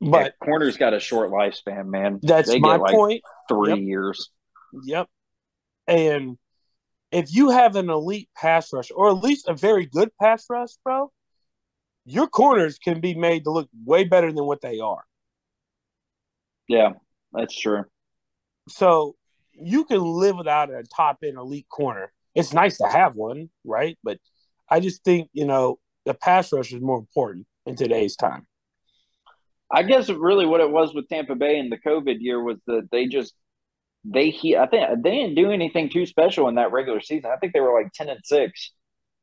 But
But corner's got a short lifespan, man.
that's
They
my
get like
point.
three
Yep.
years.
Yep. And if you have an elite pass rush, or at least a very good pass rush, bro, your corners can be made to look way better than what they are.
Yeah, that's true.
So you can live without a top end elite corner. It's nice to have one, right? But I just think, you know, the pass rush is more important in today's time.
I guess really what it was with Tampa Bay in the COVID year was that they just they he I think they didn't do anything too special in that regular season. I think they were like ten and six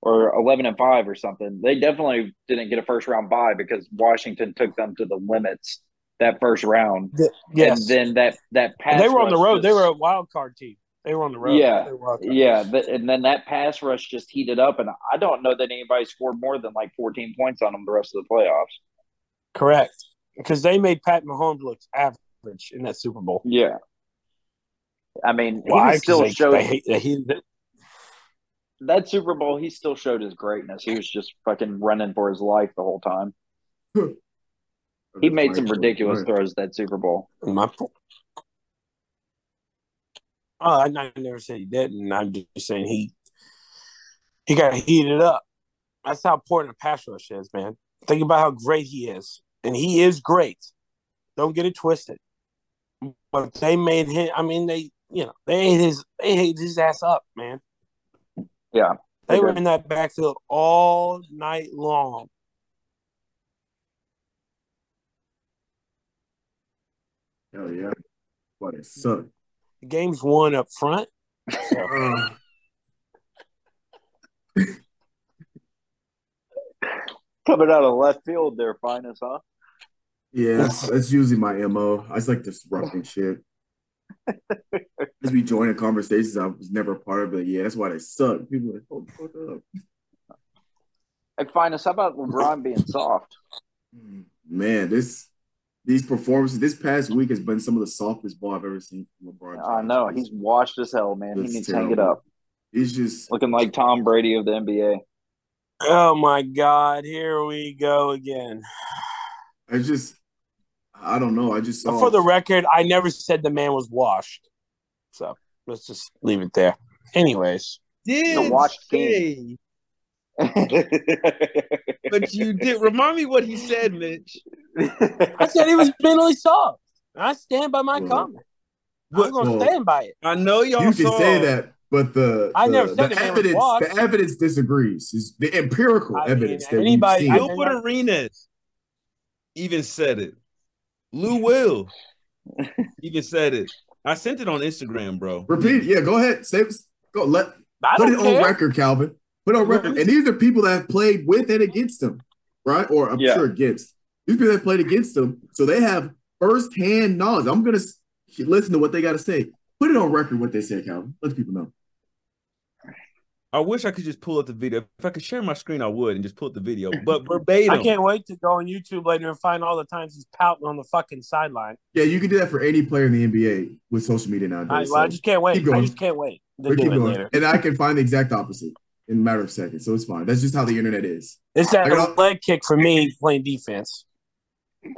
or eleven and five or something. They definitely didn't get a first round bye because Washington took them to the limits that first round.
The, yes.
And then that that pass
they were on the
rush
road.
just-
They were a wild card team. They were on the road.
Yeah.
They were wild card.
yeah, th- and then that pass rush just heated up, and I don't know that anybody scored more than like 14 points on them the rest of the playoffs.
Correct. Because they made Pat Mahomes look average in that Super Bowl.
Yeah, I mean,
Why?
he
'Cause
still
they,
showed
they hate- they hated it.
that Super Bowl. He still showed his greatness. He was just fucking running for his life the whole time. He made some ridiculous throws that Super Bowl.
My po- Oh, I, I never said he didn't. I'm just saying he he got heated up. That's how important a pass rush is, man. Think about how great he is, and he is great. Don't get it twisted. But they made him. I mean, they you know they ate his they ate his ass up, man.
Yeah,
They
they
were
did.
in that backfield all night long.
Hell yeah. What a suck.
The game's won up front.
Uh,
coming out of left field, they're finest, huh?
yeah, that's, that's usually my MO. I just like disrupting shit. Just be joining conversations I was never a part of, but yeah, that's why they suck. People are like, oh, fuck up.
Hey, finest. How about LeBron being soft?
Hmm.
Man, this these performances this past week has been some of the softest ball I've ever seen from LeBron. James.
I know he's washed as hell, man. He
It's
needs to hang it
terrible.
up,
He's just
looking like Tom Brady of the NBA.
Oh my God! Here we go again.
I just I don't know. I just saw
For the record, I never said the man was washed. So let's just leave it there. Anyways,
Did
washed
say,
king.
but you did remind me what he said, Mitch.
I said he was mentally soft. And I stand by my
Well,
comment. I'm
But
gonna
well,
stand by it.
I know y'all
you can
saw
say that, but the
I
the,
never said
the
the man was
evidence
washed.
the evidence disagrees. Is the empirical
I mean,
evidence that
anybody-
we've
I
seen.
think-
Gilbert Arenas even said it. Lou Will even said it. I sent it on Instagram, bro.
Repeat. Yeah, go ahead. Say go let
I
put
don't
it
care.
on record, Calvin. Put it on record. And these are people that have played with and against him, right? Or I'm
Yeah.
sure against. These people that have played against him, so they have firsthand knowledge. I'm gonna s- listen to what they got to say. Put it on record what they said, Calvin. Let people know.
I wish I could just pull up the video. If I could share my screen, I would and just pull up the video. But verbatim,
I can't wait to go on YouTube later and find all the times he's pouting on the fucking sideline.
Yeah, you can do that for any player in the NBA with social media
I,
nowadays.
well, I
so
just can't wait.
Keep going.
I just can't wait to
we
do
keep
it
going.
later.
And I can find the exact opposite in a matter of seconds. So it's fine. That's just how the internet is.
It's that
I got-
leg kick for me playing defense.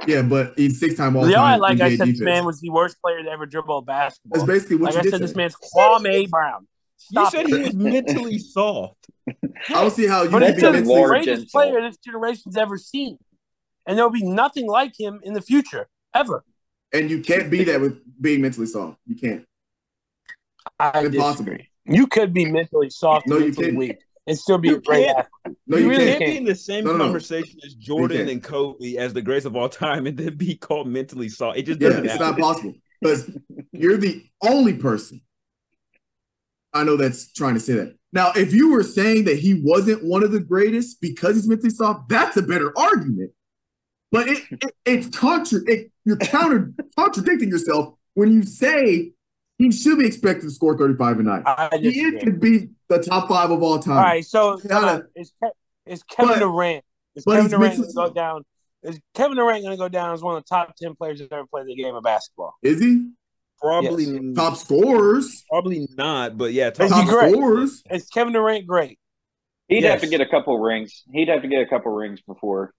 Yeah, but he's six time all
Y'all act
time.
like I
NBA
said
defense.
this man was the worst player to ever dribble a
That's
basketball.
basically what
Like
you
I
did.
said, this
say.
man's Kwame Brown.
you
Stop
said
it.
he was mentally soft.
I don't see how you
But
can
he's
be
That's a
the
mentally
large-
greatest
gentle.
player this generation's ever seen, and there'll be nothing like him in the future ever.
and you can't be that with being mentally soft. You can't.
I
Impossible.
disagree. You could be mentally soft,
No,
and
you
mentally
can't.
weak, and still be
You
a great
can't.
athlete.
No,
you,
you,
really
can't.
can't be in the same
No, no, no.
conversation as Jordan
can't.
and Kobe as the greatest of all time and then be called mentally soft. It just
Yeah,
doesn't
it's
happen.
not possible. Because you're the only person I know that's trying to say that. Now, if you were saying that he wasn't one of the greatest because he's mentally soft, that's a better argument. But it, it it's contra it, you're counter contradicting yourself when you say he should be expected to score 35 a night.
I
He
disagree.
is could be the top five of all time.
All right, so
Gotta-
uh, is Ke- is Kevin
But-
Durant is
but
Kevin
he's
Durant going
mentally
to go
soft.
down? Is Kevin Durant going to go down as one of the top ten players that ever played the game of basketball?
Is he?
Probably,
Top scorers.
probably not. But yeah,
Is he
Top
great?
scorers.
Is Kevin Durant great?
He'd have to
Yes.
get a couple rings. He'd have to get a couple rings before.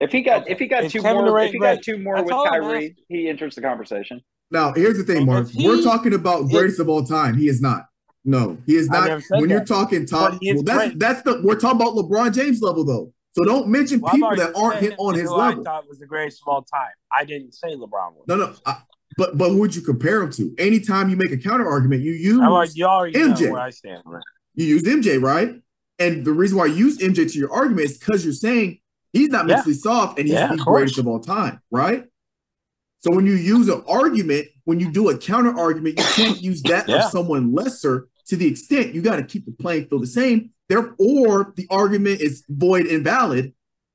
If he got
Okay.
if he got
If
two
Kevin
more
Durant
if he got
great.
two more
That's
with
all I'm
Kyrie, he enters the conversation.
Now, here's the thing, Mark.
He-
We're talking about greatest of all time. He is not. No, he is
I
not.
never said
When you're
that.
talking top,
But he is
well, that's
great.
that's the we're talking about LeBron James level though. So don't mention
Well, I've
people
already
that aren't
said
hit on his
who I
level.
thought was the greatest of all time. I didn't say LeBron was.
No, no. I- but but who would you compare him to? Anytime you make a counter argument, you use
I'm like, you already
MJ.
know where I stand. Man.
you use MJ, right? And the reason why you use MJ to your argument is because you're saying he's not
Yeah.
mentally soft and he's
Yeah,
the
of course.
greatest of all time, right? So when you use an argument, when you do a counter argument, you can't use that
Yeah.
of someone lesser to the extent you got to keep the playing field the same. Therefore, the argument is void and valid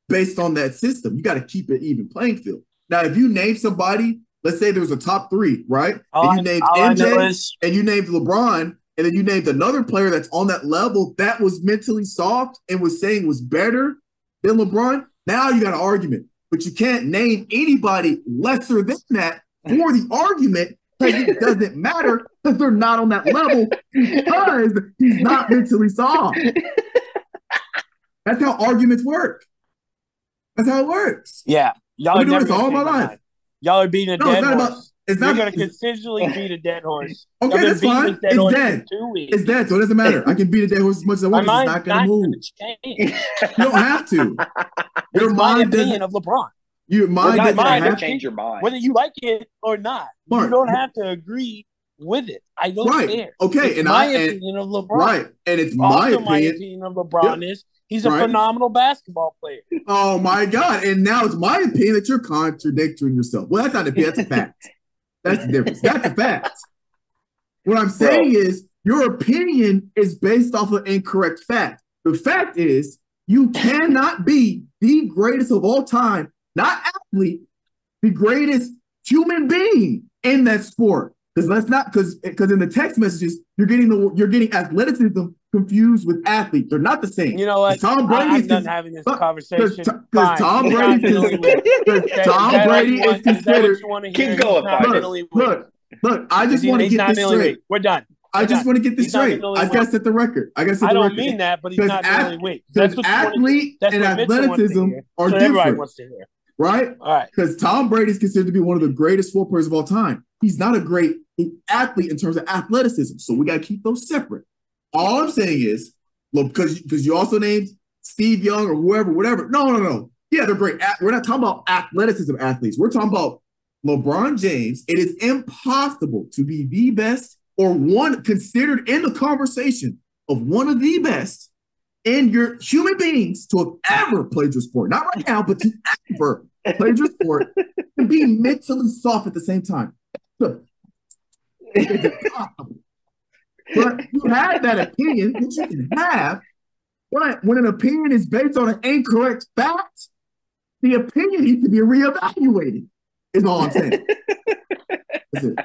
based on that system. You got to keep it even playing field. Now, if you name somebody, let's say there's a top three, right?
All,
and you
I,
named
all I
MJ,
know is
and you named LeBron, and then you named another player that's on that level that was mentally soft and was saying was better than LeBron, now you got an argument. But you can't name anybody lesser than that for the argument because it doesn't matter because they're not on that level because he's not mentally soft. That's how arguments work. That's how it works.
Yeah, y'all
I've
are
been doing
never
this all
gonna
my
change
life.
mind. Y'all are beating a
No, it's
dead
not about.
horse.
It's not.
You're gonna
it's-
consistently beat a dead horse.
Okay,
Y'all been
that's
beating
fine.
this dead
It's
horse
dead.
For two weeks.
it's that, so it doesn't matter. I can beat a dead horse as much as I
My
want. It's
mind's
not gonna move.
change.
You don't have to. Your
It's my
mind doesn't.
opinion of LeBron.
Your
We're
mind
Well,
not
doesn't
trying to
have.
change your mind.
Whether you like it or not,
Mark.
you don't have to agree with it. I don't
Right.
care.
Okay,
It's
and
my
I- and-
opinion of LeBron.
Right, and it's my
also,
opinion.
my opinion of LeBron is he's a
Right.
phenomenal basketball player.
Oh my god! And now it's my opinion that you're contradicting yourself. Well, that's not an opinion. That's a fact. That's the difference. That's a fact. What I'm saying is your opinion is based off an incorrect fact. The fact is you cannot be the greatest of all time, not athlete, the greatest human being in that sport. Because let's not because because in the text messages you're getting the you're getting athleticism confused with athlete. They're not the same.
You know what?
Tom
I,
Brady's
am done
conf-
having this
but-
conversation. Fine.
because Tom
He's not
Brady
mentally
is
weak.
because
That-
Tom
that what you
Brady
want?
is
Is that
considered.
what you want to
Keep
hear? He's
going,
not
Biden.
mentally
Look,
weak.
look, look! I just
He's-
want to
he's
get
not
this
mentally weak.
straight.
We're done.
I just
not-
want to get this
he's not
straight.
mentally
I
weak.
got to set the record. I got to set
I
the
don't
record.
mean that, but he's
'Cause
not
ath-
mentally weak. That's
Because
what you want to hear.
athlete
That's
and
what Mitchell wants to
athleticism
hear.
are
so everybody
different,
wants to hear.
right?
All right.
Because Tom Brady is considered to be one of the greatest four players of all time. He's not a great athlete in terms of athleticism, so we got to keep those separate. All I'm saying is, look, because because you also named Steve Young or whoever, whatever. No, no, no. Yeah, they're great. ath- We're not talking about athleticism athletes. We're talking about LeBron James. It is impossible to be the best or one considered in the conversation of one of the best in your human beings to have ever played your sport. Not right now, but to ever played your sport and be mentally soft at the same time. Look, it's impossible. But you had that opinion, which you can have. But when an opinion is based on an incorrect fact, the opinion needs to be reevaluated. Is all I'm saying. That's it.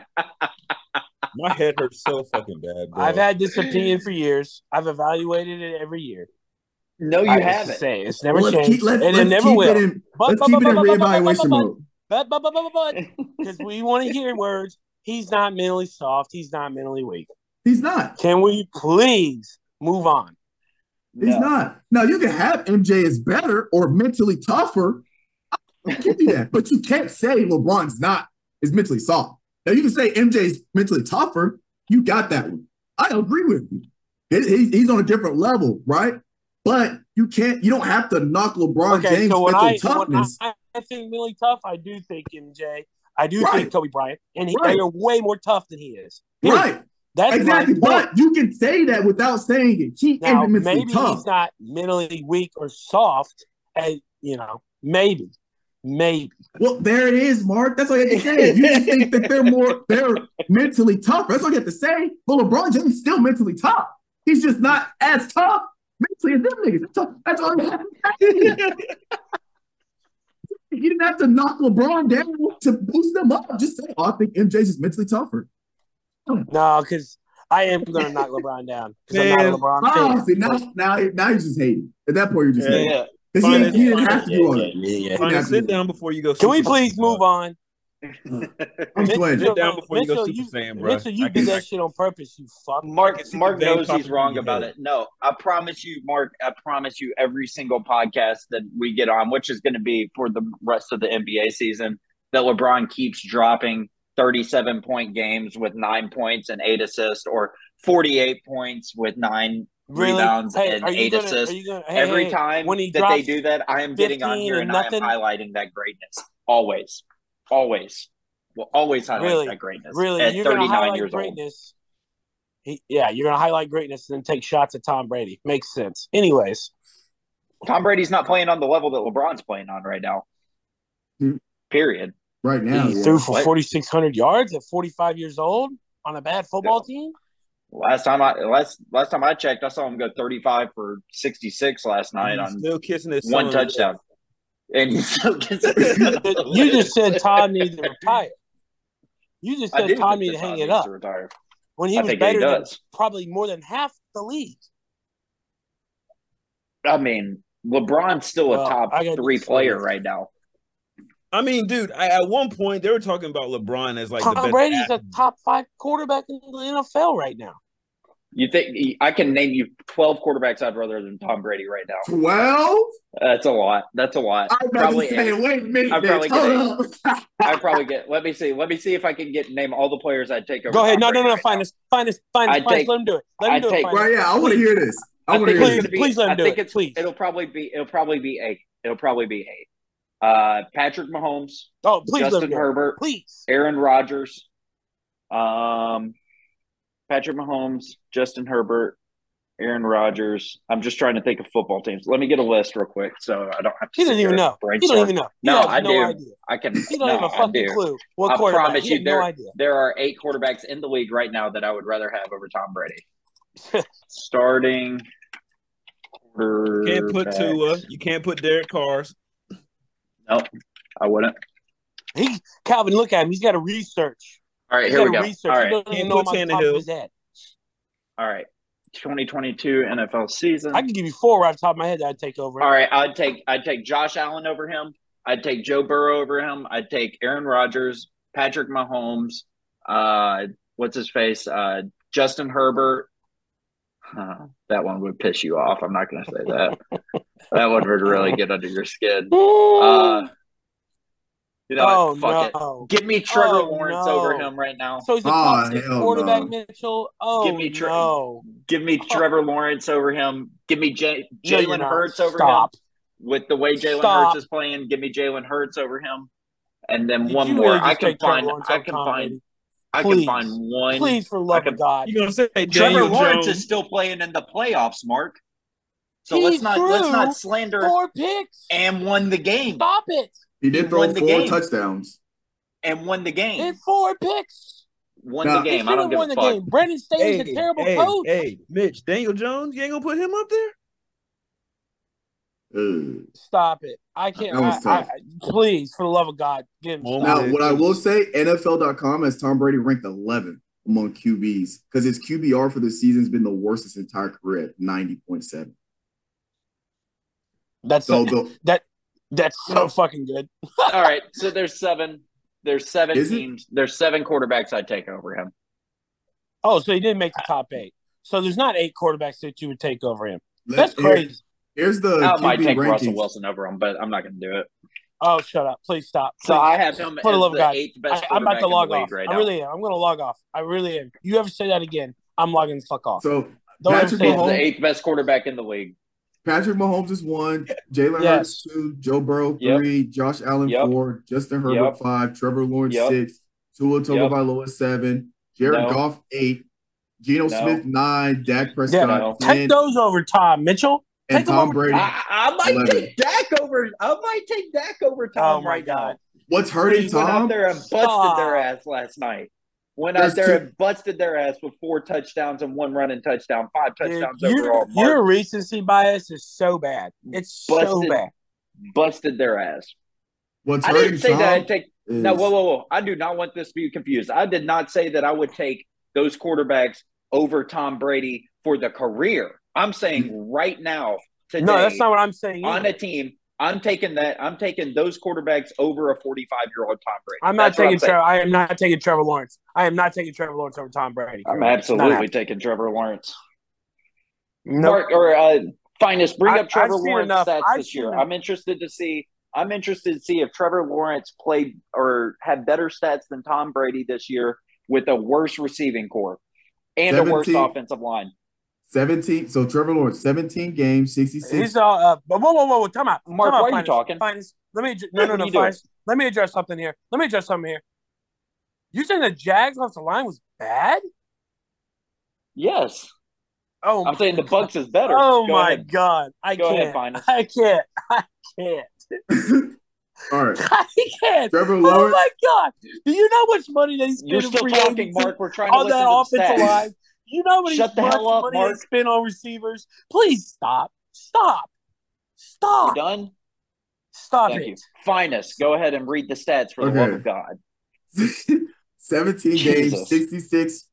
My head hurts so fucking bad, bro.
I've had this opinion for years. I've evaluated it every year.
no, you
I just
haven't.
Say it. it's
Well,
never
let's
changed,
keep let's,
and
let's
it never
keep
will.
it in
But-
let's
but-
keep it
but-
in
but- but- but- but-
reevaluation
but-
mode.
But but but but but because we want to hear words. He's not mentally soft. He's not mentally weak.
He's not.
Can we please move on?
He's
No.
not. Now you can have MJ is better or mentally tougher. I can do that, but you can't say LeBron's not is mentally soft. Now you can say MJ's mentally tougher. You got that one. I agree with you. He- he- he's on a different level, right? But you can't. You don't have to knock LeBron
Okay,
James'
so when
mental
I when I,
toughness.
I think mentally tough, I do think MJ. I do
Right.
think Kobe Bryant, and he,
Right.
they are way more tough than he is. Period.
right.
That's
Exactly.
my point.
But you can say that without saying it. He
Now,
is mentally
maybe
tough.
he's not mentally weak or soft, and you know, maybe, maybe.
Well, there it is, Mark. That's all you have to say. You just think that they're more they're mentally tough. That's all you have to say. But LeBron James is still mentally tough. He's just not as tough mentally as them niggas. That's all, that's all you have to say. You didn't have to knock LeBron down to boost them up. Just say, oh, I think MJ's just mentally tougher.
No, because I am going to knock LeBron down because I'm not
Man.
a LeBron fan.
Oh, see, now, now, now you're just hating. At that point, you're just hating.
Yeah.
'Cause
Fine,
he,
it's
he didn't
fine.
have to do all
Yeah,
that.
yeah, yeah.
He didn't
Fine,
have to
sit
do
down before you go.
Can we
Super
please
Saiyan, bro.
move on?
that. I'm sweating.
Sit down before you
Mitchell,
go Super
you,
Saiyan, bro.
Mitchell, you
I
did
can-
that shit on purpose, you fuck.
I
Mark
can see
Mark
the vein
knows
popping
he's
through
wrong
your
about
head.
it. No, I promise you, Mark, I promise you every single podcast that we get on, which is gonna be for the rest of the NBA season, that LeBron keeps dropping 37 point games with nine points and eight assists or 48 points with nine rebounds
Hey,
and
are you
eight
gonna-
assists.
are you gonna- hey,
Every
hey, hey,
time
when he
that they
drops
do that, I am getting on
15
here
or
and
nothing-
I am highlighting that greatness. Always. Always. Will always highlight
Really?
that greatness.
really,
at
you're going to
39
highlight
years old.
greatness. He, yeah, you're going to highlight greatness and then take shots at Tom Brady. Makes sense. Anyways,
Tom Brady's not playing on the level that LeBron's playing on right now.
Hmm.
Period.
right now.
he
yeah.
threw for
What?
4,600 yards at 45 years old on a bad football team.
Last time I last last time I checked, I saw him go 35 for 66 last
He's
night on
still kissing his
one
son.
touchdown. And he still gets it.
You just said Tom needed to retire. You just
I
said
do
Tom
think
needed
that
to hang
Tom
it
needs
up
to retire.
when he
I
was
think that he
better than
does.
probably more than half the league.
I mean, LeBron's still
Well,
a top
I gotta do
three
this
player
later.
right now.
I mean, dude, I, at one point they were talking about LeBron as like the
Tom
best
Brady's a
athlete.
top five quarterback in the NFL right now.
You think I can name you twelve quarterbacks I'd rather than Tom Brady right now?
Twelve?
That's a lot. That's a lot.
I'm about
Probably
to say,
eight.
wait a minute.
I probably
Hold up.
I probably get. Let me see. Let me see if I can get name all the players I'd take over.
Go ahead.
Tom
No, no,
Brady
no.
right
Find
now.
us. Find us. Find us.
I'd
Find us.
take-
Let him do it. Let him
I'd
do it.
take-
Find us.
right, yeah, I want to hear this. I
I
want to
think
hear
it's
this.
Please,
gonna be-
please let him
I
do
think
it,
it's-
please.
It'll probably be. It'll probably be eight. It'll probably be eight. Uh, Patrick Mahomes,
Oh, please let him
Justin
do it.
Herbert,
Please.
Aaron Rodgers, um, Patrick Mahomes, Justin Herbert, Aaron Rodgers. I'm just trying to think of football teams. Let me get a list real quick so I don't have to.
He doesn't
sit
even
here
know.
and
He
brainstorm.
don't even know. He
No,
has
I
no
do.
idea.
I can.
He don't
no,
have a
I
fucking
do.
clue what
I
quarterback.
promise
he
you
had no
there-
idea.
There are eight quarterbacks in the league right now that I would rather have over Tom Brady. Starting.
Can't put Tua.
quarterbacks.
You can't put Derek Carr.
I wouldn't.
He Calvin, look at him. He's got to research.
All right,
He's got
here we
to
go.
research.
All
He
right,
doesn't even
Can't
know him
put
off the top of
Tannehill.
his head.
all right. 2022 NFL season.
I can give you four right off the top of my head that I'd take over.
All right, I'd take I'd take Josh Allen over him. I'd take Joe Burrow over him. I'd take Aaron Rodgers, Patrick Mahomes, uh, what's his face, uh, Justin Herbert. Huh, that one would piss you off. I'm not going to say that. that one would really get under your skin. Uh, you know,
oh
what? fuck
no!
it. Give me Trevor
Oh,
Lawrence
no.
over him right now.
So he's a
Oh,
top six
hell no.
quarterback, Mitchell. Oh
me Tra-
no!
Give me Trevor Lawrence over him. Give me J-
No, you're
Jalen
not.
Hurts over him.
Stop.
with the way Jalen
Stop.
Hurts is playing, give me Jalen Hurts over him. And then
Did
one
you
more.
really
I
just
can
take Trevor
find
Lawrence
I
over
can
Tom
find
Brady?
I
Please.
can find one.
Please, for the love
I can-
of God.
You gonna say
Trevor
Daniel
Lawrence
Jones?
is still playing in the playoffs, Mark. So
He
let's not let's
threw
not slander
Four picks.
and won the game.
Stop it.
He
He
did throw
won the
four
game.
touchdowns.
And won the game.
It's four picks.
won
Nah.
the
He
game.
should
I don't
have
give
won
a
the
fuck.
game. Brendan Staley's a terrible
hey,
coach.
hey, Mitch, Daniel Jones, you ain't gonna put him up there?
Ugh.
Stop it. I can't.
That was
I, I,
tough.
I- please, for the love of God, get him
Home
Now,
stopped.
man.
what I will say, NFL.com has Tom Brady ranked 11th among QBs because his QBR for the season has been the worst his entire career at 90.7.
That's
So the
that. That's so fucking good.
All right. So there's seven. There's seven
Is it?
teams. There's seven quarterbacks I'd take over him.
Oh, so he didn't make the top eight. So there's not eight quarterbacks that you would take over him. That's
let- here-
crazy.
here's the
I might
QB
take Russell
rankings.
Wilson over him, but I'm not gonna do it.
Oh, shut up! Please stop.
So
Please.
I have him
For the
as
love of
the
God.
eighth best
I, am about
quarterback
to
in the
log
league
off.
right
I
now.
really am. I'm gonna log off. I really am. You ever say that again? I'm logging the fuck off.
So
Don't ever
Patrick
say
He's
it.
Mahomes-
the eighth best quarterback in the league.
Patrick Mahomes is one, Jalen Hurts
Yes.
two, Joe Burrow
Yep.
three, Josh Allen
Yep.
four, Justin Herbert
Yep.
five, Trevor Lawrence
Yep.
six, Tua
Yep.
Tagovailoa seven, Jared
No.
Goff eight, Geno
No.
Smith nine, Dak
Yeah,
Prescott
No.
ten,
Take those over Tom Mitchell.
and
take 'em
Tom
over-
Brady.
I, I might
11.
take Dak over. I might take Dak over Tom
Oh my
right
God.
What's
now.
hurting
He went out
Tom?
there and busted
Stop.
their ass last night. Went out
There's
there
two-
and busted their ass with four touchdowns and one running touchdown, five
Dude,
touchdowns overall.
your,
Mark
your recency bias is so bad. It's so
Busted.
bad.
busted their ass.
What's
I
hurting
didn't say
Tom?
that I'd take
is-
No, whoa, whoa, whoa. I do not want this to be confused. I did not say that I would take those quarterbacks over Tom Brady for the career. I'm saying right now, today,
Mm-hmm. No, that's not what I'm saying.
on
either.
a team, I'm taking that. I'm taking those quarterbacks over a 45 year old Tom Brady.
I'm not
That's what
taking
saying.
Trevor. I am not taking Trevor Lawrence. I am not taking Trevor Lawrence over Tom Brady.
I'm
Not
absolutely
happening.
taking Trevor Lawrence.
Nope.
Mark or uh, finest, bring
I-
up Trevor
I've seen
Lawrence
enough.
stats
I've
this
seen
year.
enough.
I'm interested to see I'm interested to see if Trevor Lawrence played or had better stats than Tom Brady this year with a worse receiving core and a worse
17.
offensive line.
17. So Trevor Lawrence, 17 games, 66.
He's all uh, whoa, whoa, whoa, whoa, time out.
Mark,
time out,
why are you
Finest.
talking?
Finest. Let me adj- no, no,
What are
no,
you doing?
Finest. Let me address something here. Let me address something here. You saying the Jags offensive line was bad?
Yes.
Oh,
I'm saying the Bucks is better.
Oh
Go
my
ahead.
god, I
Go ahead,
can't.
Finest.
I can't. I can't.
All right.
I can't.
Trevor
Oh
Lawrence.
my god! Do you know how much money they spent
You're
in
still
free
talking,
agency
Mark. We're trying to
on
listen
that
to the
offensive
stats.
line? You know how much
Shut the hell up,
money
Mark.
they spent on receivers? Please stop. Stop.
You
Stop.
done?
Stop
Thank
it.
you. Finest. Go ahead and read the stats for the
Okay.
love of God.
17
Jesus.
games,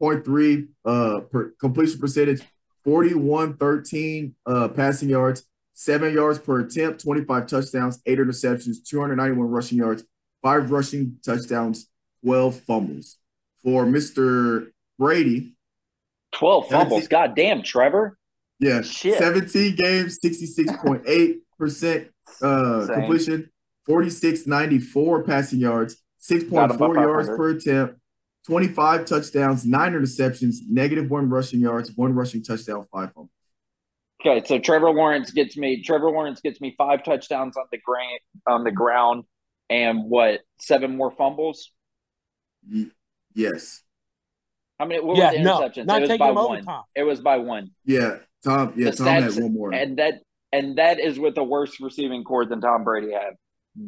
66.3 uh, per completion percentage, 41 13 uh, passing yards, seven yards per attempt, 25 touchdowns, eight interceptions, 291 rushing yards, five rushing touchdowns, 12 fumbles. For Mr. Brady,
12 fumbles.
Seventeen.
God damn, Trevor.
yeah,
Shit.
17 games, 66.8% uh,
Same.
completion, 4694 passing yards,
Got above
6.4 yards
500.
per attempt, 25 touchdowns, nine interceptions, negative one rushing yards, one rushing touchdown, five fumbles.
Okay, so Trevor Lawrence gets me. Trevor Lawrence gets me five touchdowns on the grant on the ground, and what seven more fumbles?
Ye- Yes.
How many? What
Yeah,
were the
no,
interceptions?
not
it was
taking
by
them
one.
overtime.
It was by one,
Yeah. Tom, yeah,
The
Tom had
stats
one more.
and that and that is with a worse receiving core than Tom Brady had.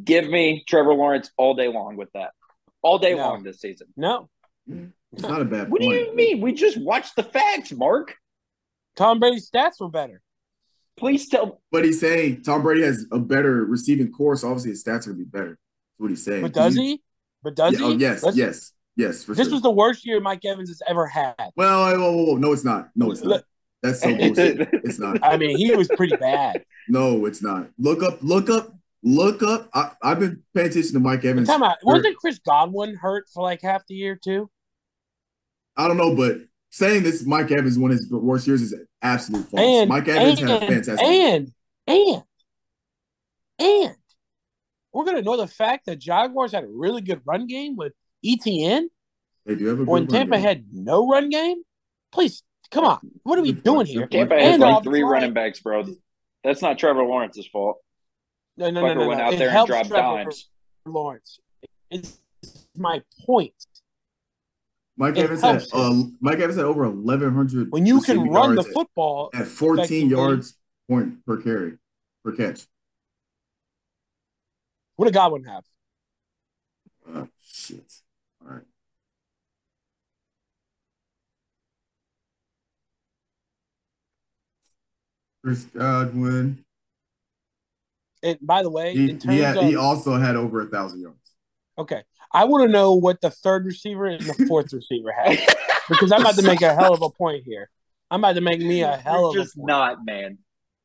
Give me Trevor Lawrence all day long with that, all day
No.
long this season.
No,
It's not a bad
What do
point.
you mean? We just watched the facts, Mark.
Tom Brady's stats were better.
Please tell.
But he's saying Tom Brady has a better receiving course. Obviously, his stats are going to be better. That's what he's saying.
But does
You-
he? But does
yeah,
he?
Oh, yes,
Let's-
yes, yes, for
This
sure.
was the worst year Mike Evans has ever had.
Well, I- whoa, whoa, whoa. no, it's not. No, it's not.
Look-
That's so bullshit. It's not.
I mean, he was pretty bad.
No, it's not. Look up. Look up. Look up. I, I've been paying attention to Mike
But
Evans.
time out.
Or-
Wasn't Chris Godwin hurt for like half the year too?
I don't know, but saying this Mike Evans one of his worst years is absolute false.
And
Mike Evans
and,
had a fantastic.
and and and we're gonna ignore the fact that Jaguars had a really good run game with ETN
they do have a good
when
run
Tampa
game.
had no run game. Please come on, what are we
Good
doing
point,
here?
good point.
Tampa has
And uh,
like
offensive
three
line.
running backs, bro. That's not Trevor Lawrence's fault.
No, no, no,
Fucker
no,
went
no.
out
It
there and
helps
dropped
Trevor
dimes.
Lawrence. It's my point.
Mike
It
Evans had
helps him.
uh, Mike Evans had over eleven hundred
When you can run the
yards at-
football,
at, fourteen
effectively-
yards point per carry per catch.
what did Godwin have?
Oh, shit. All right. Chris Godwin.
And by the way,
He,
in terms
he, had,
of
he also had over a thousand yards.
Okay. I want to know what the third receiver and the fourth receiver had because I'm about to make a hell of a point here. I'm about to make me a hell of
You're just
a point.
not, man.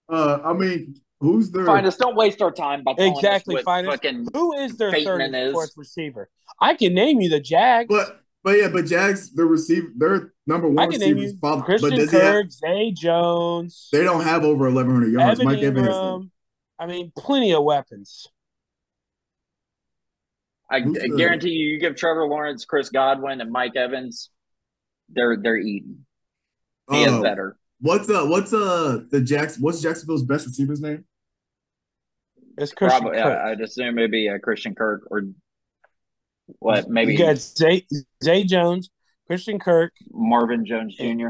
Uh, I mean, who's their
Find us. Don't waste our time by telling
Exactly,
us what
find us.
fucking.
Who is their third
Bateman
and
is.
fourth receiver? I can name you the Jags.
But but yeah, but Jags the receiver, their number one
I can name
receiver is
you
Bob. but
Christian
does he have?
Kirk, Zay Jones,
They don't have over eleven hundred yards.
Evan
Mike Evans. has them.
Ingram. I mean, plenty of weapons.
I, I
Who's the-
guarantee you, you give Trevor Lawrence, Chris Godwin, and Mike Evans, they're they're eating. He is
Uh,
better.
what's uh what's uh the Jacks? What's Jacksonville's best receiver's name?
It's Christian
Probably,
Kirk.
I, I'd assume maybe uh, Christian Kirk or what? Maybe
You got Zay, Zay Jones, Christian Kirk,
Marvin Jones Jr.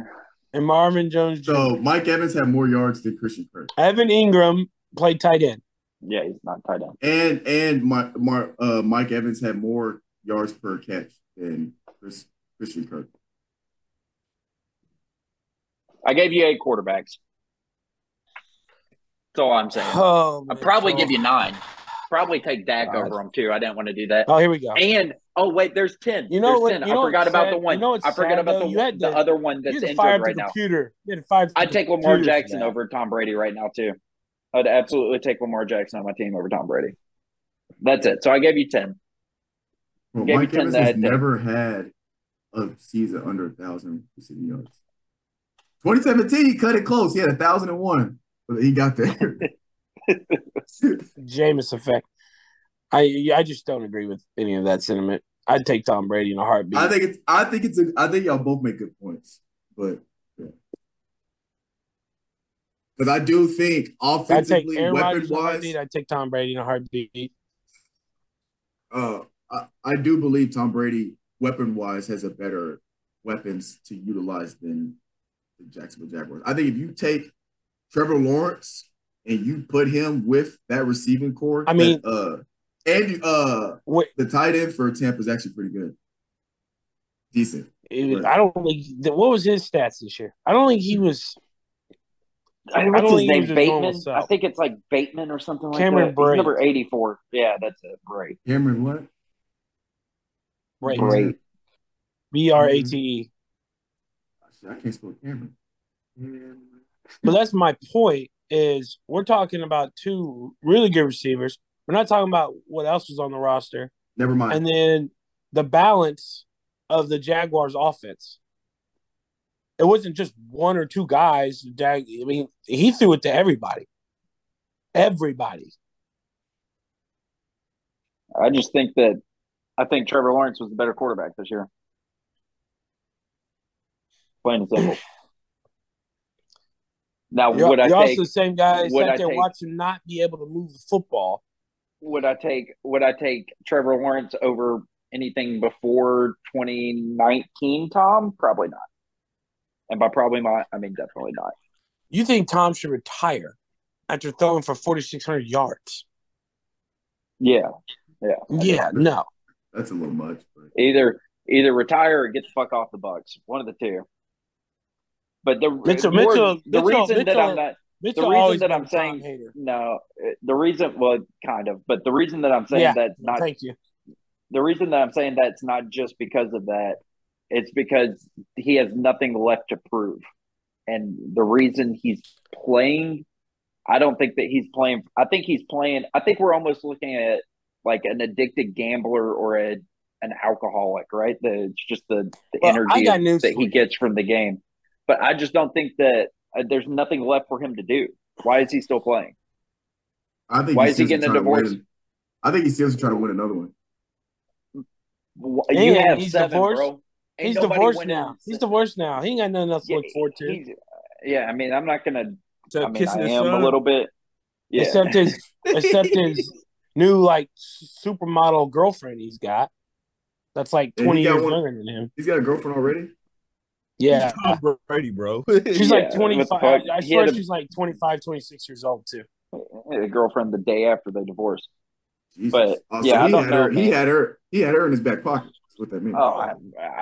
and Marvin Jones. Jr.
So Mike Evans had more yards than Christian Kirk,
Evan Ingram played tight end.
Yeah, he's not tight end.
and and my, my uh Mike Evans had more yards per catch than Chris, Christian Kirk.
I gave you eight quarterbacks. That's all I'm saying.
Oh,
I'd probably
Mitchell.
give you nine. Probably take Dak
God.
over him too. I didn't want to do that.
Oh, here we go.
And oh wait, there's ten.
You know
there's
what-
ten.
you know
I forgot
what's
about
sad-
the one.
you know what's
I forgot
sad,
about
though?
the
You had
the
to-
other one
You
that's
had to fire
injured
up
right
the
now.
computer. You had to fire up the
I'd take Lamar
computer for
Jackson
that.
over Tom Brady right now too. I'd absolutely take Lamar Jackson on my team over Tom Brady. That's it. So I gave you ten.
Well,
Gave me
Mike
10
Evans
that I
has
did.
never had a season under a thousand receiving yards. 2017, he cut it close. He had a thousand and one, but he got there.
Jameis effect. I I just don't agree with any of that sentiment. I'd take Tom Brady in a heartbeat.
I think it's. I think it's. A, I think y'all both make good points, but because I do think
I'd take
offensively,
Aaron
weapon
Rodgers. in a
wise,
heartbeat. I'd take Tom Brady in a heartbeat.
uh, I, I do believe Tom Brady, weapon wise, has a better weapons to utilize than the Jacksonville Jaguars. I think if you take Trevor Lawrence and you put him with that receiving core,
I mean-
that, uh, and uh,
What
the tight end for Tampa is actually pretty good, decent.
it- I don't think. What was his stats this year? I don't think he was. I- I
What's
don't
his
think he
name?
was his normal
Bateman. I
self.
think it's like Bateman or something like
Cameron
that. He's
Brate.
number eighty-four. Yeah, that's it. Great.
Cameron, what?
Right.
Brate.
B R A T E.
I can't spell Cameron. Cameron.
But that's my point. Is we're talking about two really good receivers. We're not talking about what else was on the roster,
Never mind.
and then the balance of the Jaguars' offense. It wasn't just one or two guys. Jag- I mean, he threw it to everybody. Everybody.
I just think that I think Trevor Lawrence was the better quarterback this year. Plain and simple. Now,
You're,
would I
you're
take
also the same guy
would
sat
I
there
take-
watching not be able to move the football.
would I take would I take Trevor Lawrence over anything before 2019? Tom, probably not. And by probably not, I mean definitely not.
You think Tom should retire after throwing for 4,600 yards?
Yeah,
Yeah, no.
That's a little much. But
either either retire or get the fuck off the Bucks. One of the two. But the
Mitchell-
more-
Mitchell-
the
Mitchell-
reason that
Mitchell-
I'm not
Mitchell
reason
always
that
been
I'm
a Tom
saying-
hater.
No, the reason, well, kind of, but the reason that I'm saying
Yeah,
that's not
Thank you.
the reason that I'm saying that's not just because of that. It's because he has nothing left to prove, and the reason he's playing, I don't think that he's playing. I think he's playing. I think we're almost looking at like an addicted gambler or a an alcoholic, right? The it's just the, the
Well, I
energy
got news
that
for
he
you.
gets from the game, but I just don't think that uh, there's nothing left for him to do. Why is he still playing?
I think
Why is he
seriously
getting
trying
a
to win.
divorce?
I think he's seriously trying to win another one.
Wha-
And
You have
he's
seven,
divorced.
bro. Ain't
He's
nobody
divorced
winning
now.
se-
He's divorced now. He ain't got nothing else to look forward to
he's- yeah, I mean, I'm not gonna. I
Except
mean, I
kissing his
am a
son.
little bit. Yeah,
except his except his new like s- supermodel girlfriend he's got. That's like
And he
twenty
got
years
one-
younger than him.
He's got a girlfriend already.
Yeah,
Tom Brady, bro.
she's
Yeah,
like
what the
twenty five.
fuck?
I, I
He
swear
had a-
she's like 25, 26 years old too.
a girlfriend the day after they divorced.
Jesus.
But,
Oh,
yeah, I
he
don't
had
know,
her. He
man.
had her. He had her in his back pocket. That's what that means.
Oh, I,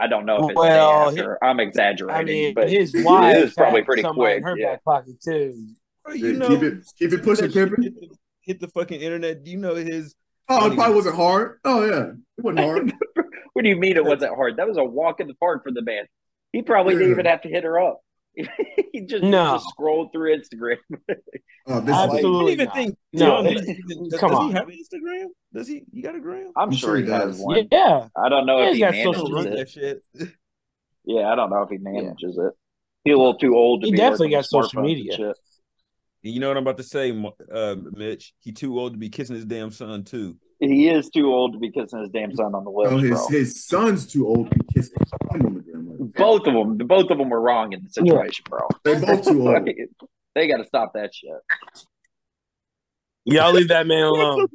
I don't know if it's
Well,
the day after. I'm exaggerating,
I mean,
but
his
it
wife
is probably
had
pretty
somebody
quick,
In her
yeah.
back pocket too.
Bro, you
Dude,
know,
keep it- keep it pushing,
that shit
Pippen.
Hit the, hit the fucking internet. You know his.
oh, it probably wasn't hard. Oh yeah, it wasn't hard.
what do you mean it wasn't hard? That was a walk in the park for the man. He probably didn't
Yeah.
even have to hit her up. he just,
No.
just scrolled through Instagram.
Oh, this is-
Absolutely.
I don't even
not.
think.
No,
Giannis
it-
even- does,
come
does
on.
he have an Instagram? Does he? You got a gram?
I'm
I'm
sure,
sure
he
he
has
does.
one.
Yeah,
I don't know
Yeah,
if
he's
he
got
manages
social
Don't run
it.
that shit.
Yeah, I don't know if he manages it. He's a little too old to
He
be
definitely
working with
got social
smartphones and
media.
shit.
You know what I'm about to say, Mo- uh, Mitch. He too old to be kissing his damn son too.
He is too old to be kissing his damn son on the lips,
oh, his
bro.
his son's too old to kiss his son on the grandmother.
Both of them, both of them were wrong in the situation, bro.
They both too old.
Like, they got to stop that shit.
Y'all leave that man alone.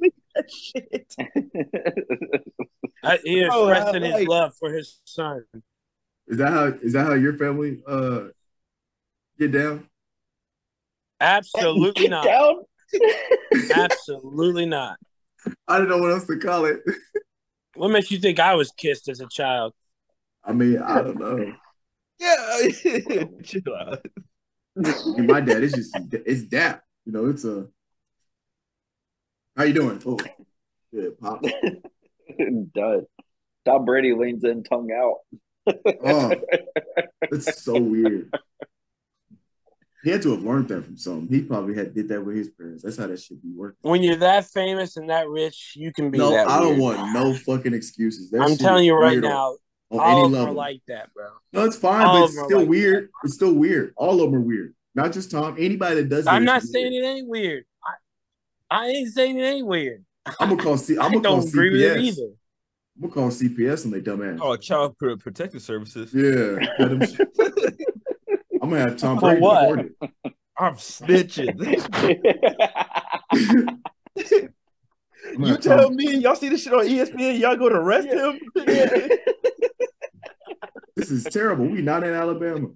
I, he is
Bro, I
expressing his
like-
love for his son.
Is that how? Is that how your family uh get down?
Absolutely
Get
not.
down.
Absolutely not.
I don't know what else to call it.
What makes you think I was kissed as a child?
I mean, I don't know.
yeah, chill out.
I mean, my dad is just it's dap. You know, it's a how you doing? Oh, yeah, pop.
Dud. Tom Brady leans in, tongue out.
Oh, that's so weird. He had to have learned that from something. He probably had did that with his parents. That's how that should be working.
When you're that famous and that rich, you can be
No,
that.
I don't
weird.
want no fucking excuses. That
I'm
shit
telling
is
you right
weird on-
now,
on,
all
any
of them are
level.
like that, bro.
no, it's fine,
all
but
of
it's
them are
still
like
weird. It's still weird. All of them are weird. Not just Tom. Anybody that does.
I'm
it
not
is
saying
weird.
it ain't weird. I, I ain't saying it ain't weird.
I'm gonna call C. I'm gonna call
Don't agree with it
CPS.
either.
I'm gonna call CPS on they dumb ass.
Oh, child Pro- protective services.
Yeah, let 'em sh- I'm gonna have Tom
For
Brady
what?
record it.
I'm snitching.
I'm gonna
you
have Tom-
tell me, y'all see this shit on E ESPN, y'all go to arrest
Yeah.
him.
this is terrible. We not in Alabama.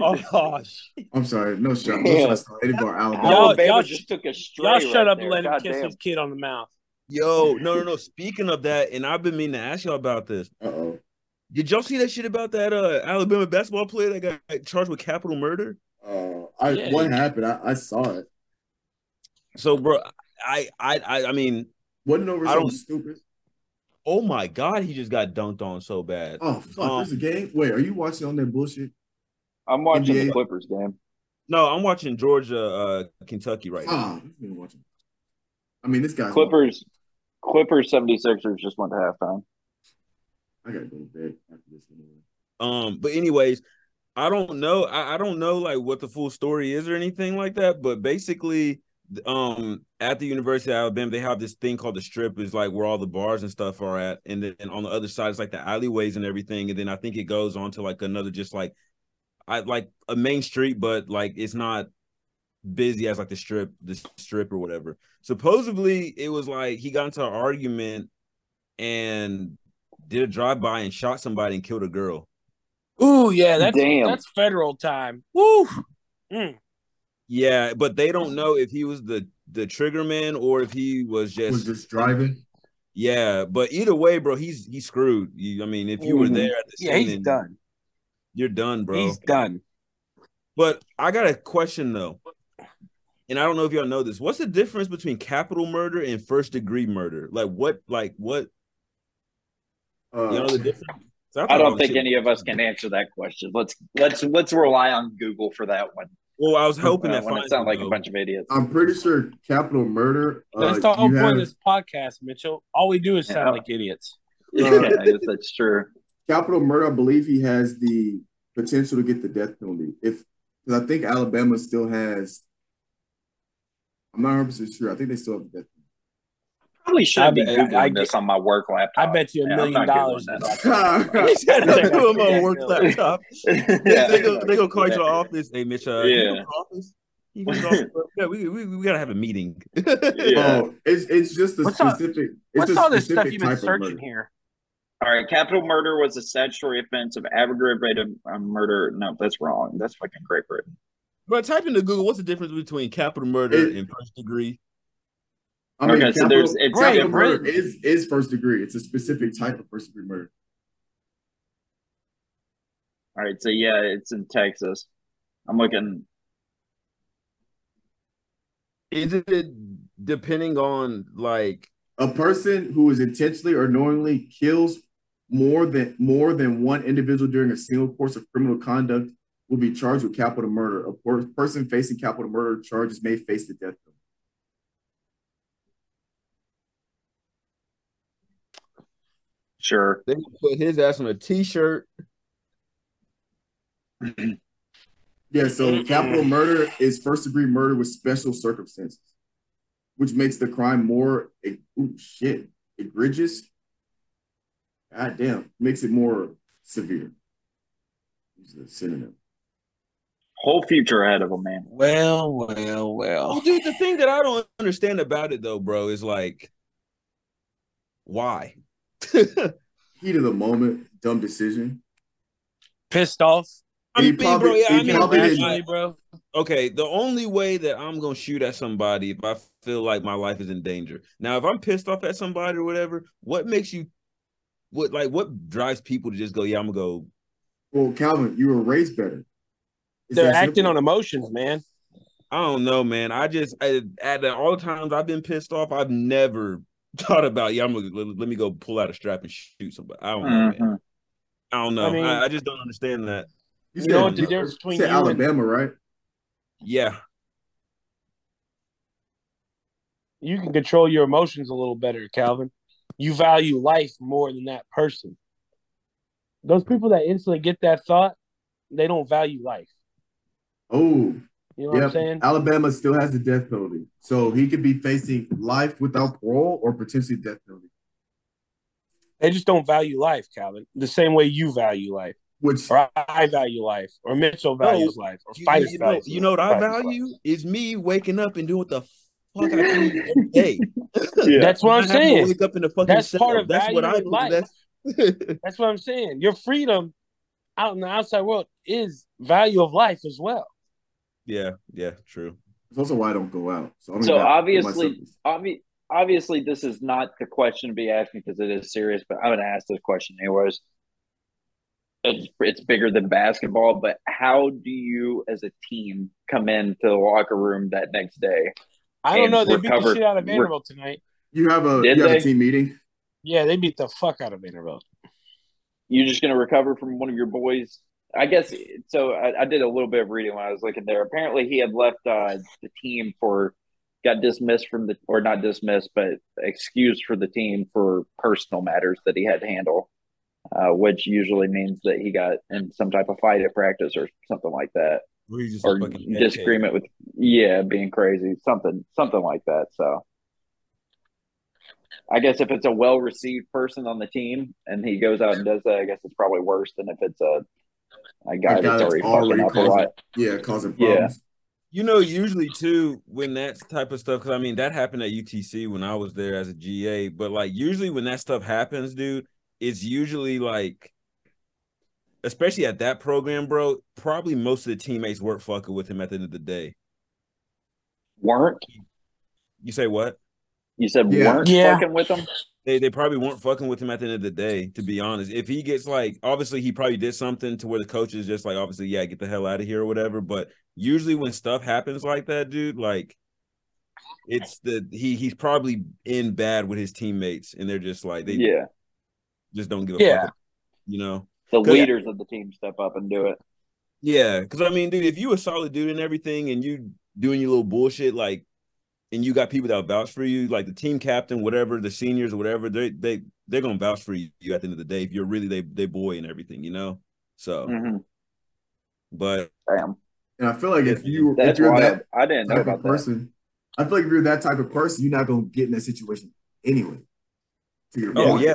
oh gosh,
I'm sorry, no shot. No
Yeah.
shots to any of our Alabama.
Y'all-
Alabama
y'all
just took a stray.
Y'all shut
right
up
there.
and let him kiss
Goddamn.
his kid on the mouth.
yo, no, no, no. Speaking of that, and I've been meaning to ask y'all about this.
Uh-oh.
Did y'all see that shit about that uh Alabama basketball player that got like, charged with capital murder?
Uh I
Yeah.
what happened? I, I saw it.
So, bro, I, I, I, I mean,
Wasn't over
I
something
don't-
stupid.
oh my god, he just got dunked on so bad.
Oh fuck,
Um,
there's a game. Wait, are you watching on that bullshit?
I'm watching
NBA.
the Clippers game.
No, I'm watching Georgia, uh, Kentucky right now.
Ah, you've been watching. I mean, this guy's
Clippers, Clippers 76ers just went to halftime.
I gotta go to bed after this. Anyway.
Um, but anyways, I don't know. I, I don't know like what the full story is or anything like that. But basically, th- um, at the University of Alabama, they have this thing called the Strip, is like where all the bars and stuff are at, and then and on the other side is like the alleyways and everything, and then I think it goes on to like another just like I like a main street, but like it's not busy as like the strip, the strip or whatever. Supposedly, it was like he got into an argument and did a drive by and shot somebody and killed a girl.
Ooh, yeah, that's
Damn.
that's federal time. Woo. Mm.
Yeah, but they don't know if he was the the triggerman or if he was just
Was just driving.
yeah. But either way, bro, he's he's screwed. You, I mean, if you were
Mhm.
there at the scene,
Yeah, he's
then
done.
You're done, bro.
He's done.
But I got a question though, and I don't know if y'all know this. What's the difference between capital murder and first degree murder? Like what? Like what?
Uh,
You know the difference? 'Cause
I
thought
don't
was
think
shit-
any of us can answer that question. Let's let's let's rely on Google for that one.
Well, I was hoping
Uh,
that
when it
finally.
sounds like a bunch of idiots.
I'm pretty sure capital murder. Uh,
That's the whole
you
point
have
of this podcast, Mitchell. All we do is sound
Yeah.
like idiots.
yeah, I guess that's true.
capital murder. I believe he has the potential to get the death penalty. If because I think Alabama still has. I'm not 100 percent sure. I think they still have the death.
Probably should
I
be
bet- I-
googling
I
this on my work
I
laptop.
bet you a
Yeah, I'm
million
not Googling
dollars.
that.
that
penalty.
He said that to him
Yeah,
on work
no.
laptop.
Yeah,
they, go,
I'm
they go
not
call
Googling
your
that.
office. Hey, Mitch, uh, yeah.
Yeah.
you go to the office? You go to the office? Yeah, we, we, we gotta have a meeting.
Yeah.
Oh, it's it's just a
What's all-
specific. it's
What's
a
all this stuff
specific
you've been
type of
searching
murder.
here?
All right, capital murder was a statutory offense of aggravated uh, murder. No, that's wrong. That's fucking Great Britain.
but type into Google what's the difference between capital murder
It-
and first degree?
I mean,
Okay, so
capital,
there's- it's
capital
Great
murder
Britain.
is is first degree. It's a specific type of first degree murder.
All right, so yeah, it's in Texas. I'm looking.
Is it depending on like
A person who is intentionally or knowingly kills more than more than one individual during a single course of criminal conduct will be charged with capital murder. A per- person facing capital murder charges may face the death penalty.
Sure.
they put his ass on a t-shirt?
Yeah, so
Mm-hmm.
capital murder is first degree murder with special circumstances, which makes the crime more e- ooh, shit egregious. God damn, makes it more severe. Use the synonym.
Whole future ahead of a man.
Well, well,
Well,
well.
dude, the thing that I don't understand about it though, bro, is like why?
Heat of the moment, dumb decision.
Pissed off.
I
He
mean, bro,
probably-
yeah, I
he
mean,
probably
I-
didn't-
Irrationally, bro.
okay, the only way that I'm gonna shoot at somebody if I feel like my life is in danger. Now, if I'm pissed off at somebody or whatever, what makes you what like what drives people to just go, yeah, I'm gonna go.
Well, Calvin, you were raised better. Is
They're
that
acting
simple?
on emotions, man.
I don't know, man. I just I, at all the times I've been pissed off, I've never thought about, yeah, I'm gonna let, let me go pull out a strap and shoot somebody.
Oh,
I don't know, man.
Mhm.
I don't know. I,
Mm-hmm. I mean-
I just don't understand that.
You,
You know
said-
what the difference between
said
you and-
Alabama, right?
Yeah,
You can control your emotions a little better, Calvin. You value life more than that person. Those people that instantly get that thought, they don't value life.
Oh,
You know what I'm saying?
Alabama still has the death penalty, so he could be facing life without parole or potentially death penalty.
They just don't value life, Calvin, the same way you value life,
Which
or I value life, or Mitchell values life, or
You,
Fidus
you know,
values
you know what I
Fidus values
value is me waking up and doing what the fuck I can do every day.
life. That's what I'm
Not having to
saying.
Wake up in the fucking
That's part
cell.
of
That's what I
valuing
do.
life.
That's-
That's what I'm saying. Your freedom out in the outside world is value of life as well.
yeah, yeah, true.
is also why I don't go out. So, I don't
So
gotta put
obviously-
myself-
Obvi- obviously, this is not the question to be asked because it is serious, but I'm going to ask this question anyways. It's, it's bigger than basketball, but how do you, as a team, come into the locker room that next day?
I don't
And
know. They beat
recover-
the shit out of
re-
Vanderbilt tonight.
you have a
Did
you have
they?
a team meeting.
Yeah, they beat the fuck out of Vanderbilt.
You're just going to recover from one of your boys. I guess so. I, I did a little bit of reading when I was looking there. Apparently, he had left uh, the team for got dismissed from the or not dismissed, but excused for the team for personal matters that he had to handle, uh, which usually means that he got in some type of fight at practice or something like that,
Were you just a
or
fucking
disagreement with yeah, being crazy, something something like that. So. I guess if it's a well received person on the team and he goes out and does that, I guess it's probably worse than if it's a a guy
A guy that's
that's already, fucking
already
up a
causing-
lot.
Yeah, causing
Yeah.
problems.
You know, usually too, when that type of stuff, because I mean, that happened at UTC when I was there as a GA, but like, usually when that stuff happens, dude, it's usually like, especially at that program, bro, probably most of the teammates weren't fucking with him at the end of the day.
weren't.
You say what?
You said
Yeah.
weren't
Yeah.
fucking with them.
They, they probably weren't fucking with him at the end of the day, to be honest. If he gets like, obviously, he probably did something to where the coach is just like, obviously, yeah, get the hell out of here or whatever. But usually, when stuff happens like that, dude, like, it's the he he's probably in bad with his teammates, and they're just like they
yeah,
just don't give a
Yeah.
fuck, you know.
the
'Cause-
leaders of the team step up and do it.
Yeah, because I mean, dude, if you a solid dude and everything, and you doing your little bullshit, like, and you got people that vouch for you, like the team captain, whatever, the seniors, whatever, they they they're gonna vouch for you at the end of the day if you're really they they boy and everything, you know. So,
hmm
but
Damn,
And I feel like if
Yeah.
you if
that's
you're
why
that
I didn't know
type of
about that.
person, I feel like if you're that type of person, you're not gonna get in that situation anyway. To your
oh
point.
yeah,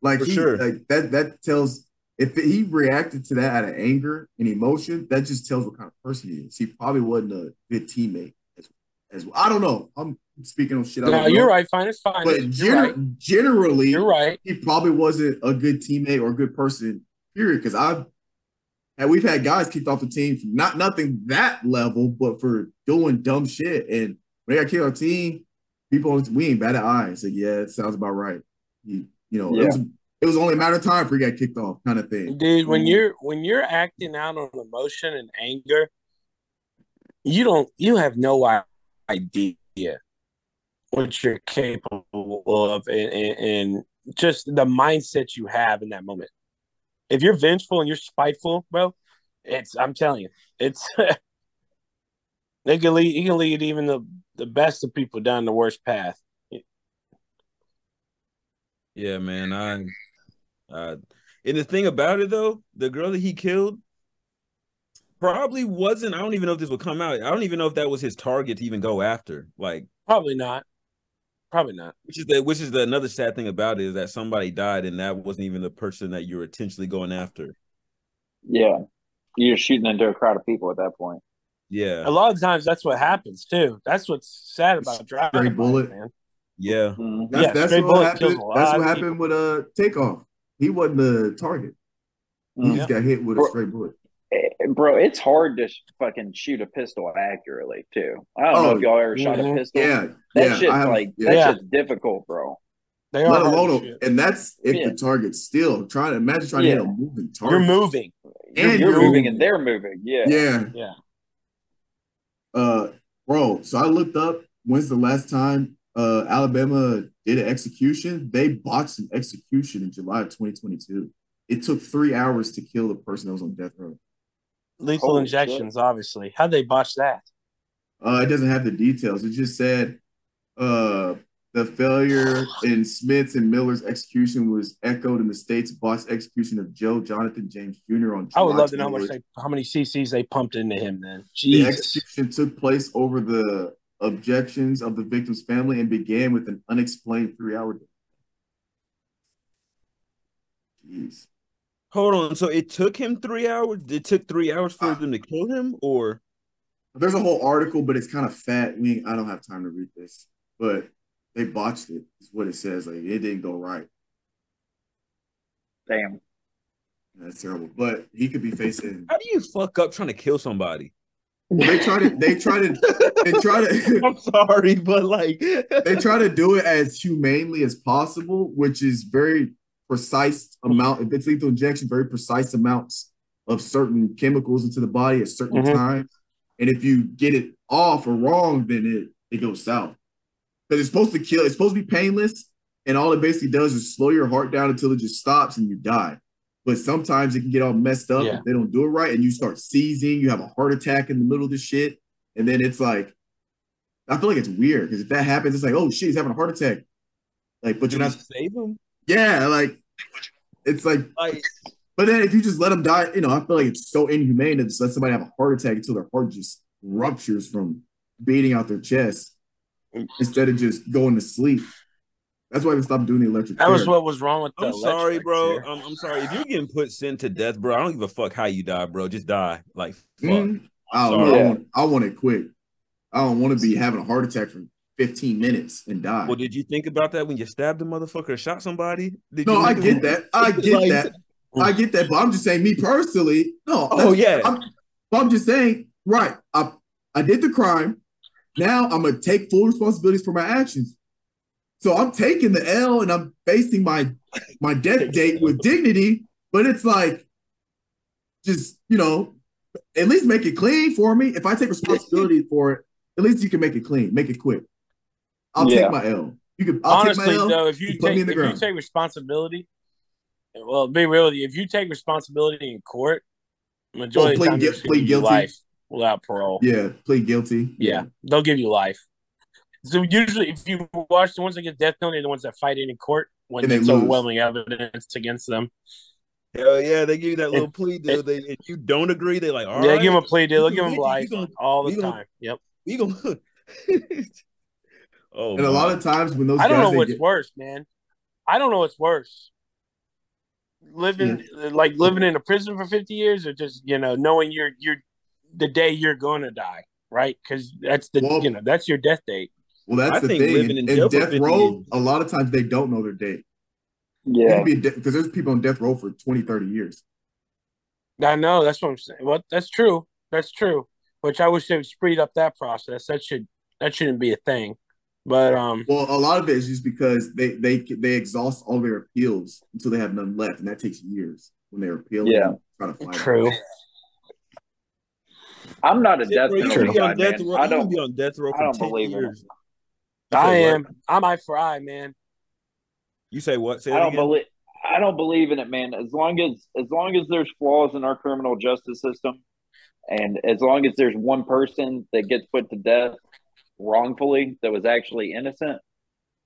Like
For
he
sure.
like that that tells if he reacted to that out of anger and emotion, that just tells what kind of person he is. He probably wasn't a good teammate as, as well. I don't know. I'm speaking on shit. I
No,
don't
you're
know.
right. Fine, it's fine.
But
you're
gener-
right.
generally,
You're right.
he probably wasn't a good teammate or a good person. Period. Because I've and we've had guys kicked off the team for not nothing that level, but for doing dumb shit. And when they got kicked off the team, people always- we ain't bad at eyes. Like, yeah, it sounds about right. You, you know, it was it was only a matter of time before he got kicked off, kind of thing.
Dude, when
Mhm.
you're when you're acting out on emotion and anger, you don't you have no i- idea what you're capable of and, and, and just the mindset you have in that moment. If you're vengeful and you're spiteful, bro, it's I'm telling you, it's they can lead you can lead even the, the best of people down the worst path.
yeah, man, I, uh, and the thing about it though, the girl that he killed probably wasn't. I don't even know if this will come out. I don't even know if that was his target to even go after. Like.
Probably not. Probably not.
Which is the which is the another sad thing about it is that somebody died and that wasn't even the person that you were intentionally going after.
Yeah, you're shooting into a crowd of people at that point.
Yeah,
A lot of times that's what happens too. That's what's sad about
Straight
driving by,
bullet.
man.
yeah,
Mhm.
That's
Yeah,
that's
straight
what
bullet kills
happened.
a lot
That's what
of
happened with uh takeoff. He wasn't the target. He
Mm-hmm.
Mhm.
just got hit with a
Bro-
straight bullet.
Eh, Bro, it's hard to sh- fucking shoot a pistol accurately too. I don't know
Oh,
if y'all ever shot
mhm.
a pistol.
Yeah,
that
yeah.
shit's
I have-
like
yeah.
Yeah.
that shit's difficult, bro.
They are
Let
hard
alone,
to shoot.
and that's if
Yeah.
the target's still trying to imagine trying to hit
Yeah.
a moving target.
You're moving.
And you're
you're moving
moving.
and they're moving. Yeah.
yeah,
Yeah.
uh bro so i looked up when's the last time uh alabama did an execution they botched an execution in july of 2022 it took three hours to kill the person that was on death row
Lethal
Holy
injections, obviously. How'd they botch that?
uh it doesn't have the details it just said uh The failure in Smith's and Miller's execution was echoed in the state's botched execution of Joe Jonathan James Jr. on July
I would love to know how much
28th.
they, how many CCs they pumped into him. Then
The
Jesus,
execution took place over the objections of the victim's family and began with an unexplained three-hour. Jeez.
Hold on. So it took him three hours. It took three hours for
Ah.
them to kill him, or
There's a whole article, but it's kind of fat. We I don't have time to read this, but they botched it. Is what it says. Like it didn't go right.
Damn.
That's terrible. But he could be facing.
how do you fuck up trying to kill somebody?
They tried to. They tried to. They tried to.
I'm sorry, but like,
they try to do it as humanely as possible, which is very precise amount. If it's lethal injection, very precise amounts of certain chemicals into the body at certain
Mhm.
times. And if you get it off or wrong, then it it goes south. Because it's supposed to kill. It's supposed to be painless, and all it basically does is slow your heart down until it just stops and you die. But sometimes it can get all messed up
Yeah.
if they don't do it right, and you start seizing. You have a heart attack in the middle of this shit, and then it's like I feel like it's weird because if that happens, it's like, oh shit, he's having a heart attack. Like, but
did
you're
we
not.
save him?
Yeah, like it's like.
Like,
But then if you just let them die, you know, I feel like it's so inhumane to just let somebody have a heart attack until their heart just ruptures from beating out their chest
Mm.
instead of just going to sleep. That's why they stopped doing the electric.
that was
chair.
what was wrong with. The
I'm sorry,
electric
bro.
Uh,
chair.
I'm, I'm sorry. If you're getting put sin to death, bro, I don't give a fuck how you die, bro. Just die. Like, fuck.
Mm, I don't
Sorry.
know. I
Yeah.
want, I want it quick. I don't want to be having a heart attack for 15 minutes and die.
Well, did you think about that when you stabbed a motherfucker or shot somebody? Did
No,
you
I get that. I get
Like-
that. I get that. But I'm just saying, me personally, no.
Oh
that's-
yeah.
I'm, but I'm just saying, right? I I did the crime. Now I'm gonna take full responsibilities for my actions. So I'm taking the L and I'm facing my my death date with dignity. But it's like, just you know, at least make it clean for me. If I take responsibility for it, at least you can make it clean, make it quick. I'll
Yeah.
take my L. You can. I'll
Honestly,
take my L.
though, if you
you put me
take
in
if
the
you
ground.
take responsibility, well, be real with you. If you take responsibility in court, majority
plead
of the time
gui-
they're just gonna
plead
give you
guilty.
life without parole.
yeah, plead guilty.
Yeah, they'll give you life. So usually, if you watch the ones that get death penalty, are the ones that fight it in court when
And they
there's
lose.
overwhelming evidence against them,
Hell yeah, they give you that little plea deal.
it-
They if you don't agree, they like all
yeah,
right,
give them a plea deal,
we
give
gonna
them
let
life
you- we gonna-
all the
we gonna-
time. Yep.
we gonna. oh,
And a lot of times when those
I don't
guys
know
they
what's
get-
worse, man. I don't know what's worse. Living like living in a prison for fifty years, or just you know knowing you're you're the day you're going to die, right? Because that's the
Well-
you know that's your death date.
well, that's
I
the
think
thing.
living
In,
in
in
jail for
death
50
row,
years-
a lot of times they don't know their date.
Yeah.
because there's people on death row for 20, 30 years.
I know that's what I'm saying. Well, that's true. That's true. Which I wish they would speed up that process. That should that shouldn't be a thing. But um,
Well, a lot of it is just because they they they exhaust all their appeals until they have none left, and that takes years when they're appealing.
Yeah.
and try to fight. it.
true.
I'm not a
Shit,
death
bro, you
penalty
gonna be
guy,
on death
man.
row.
I
You gonna
don't.
be on death row
I
for
don't
ten
believe in it.
years. You say
I
what?
am. I'm eye for eye, man.
You say what? Say
I
that
don't
again.
believe. I don't believe in it, man. As long as as long as there's flaws in our criminal justice system, and as long as there's one person that gets put to death wrongfully that was actually innocent,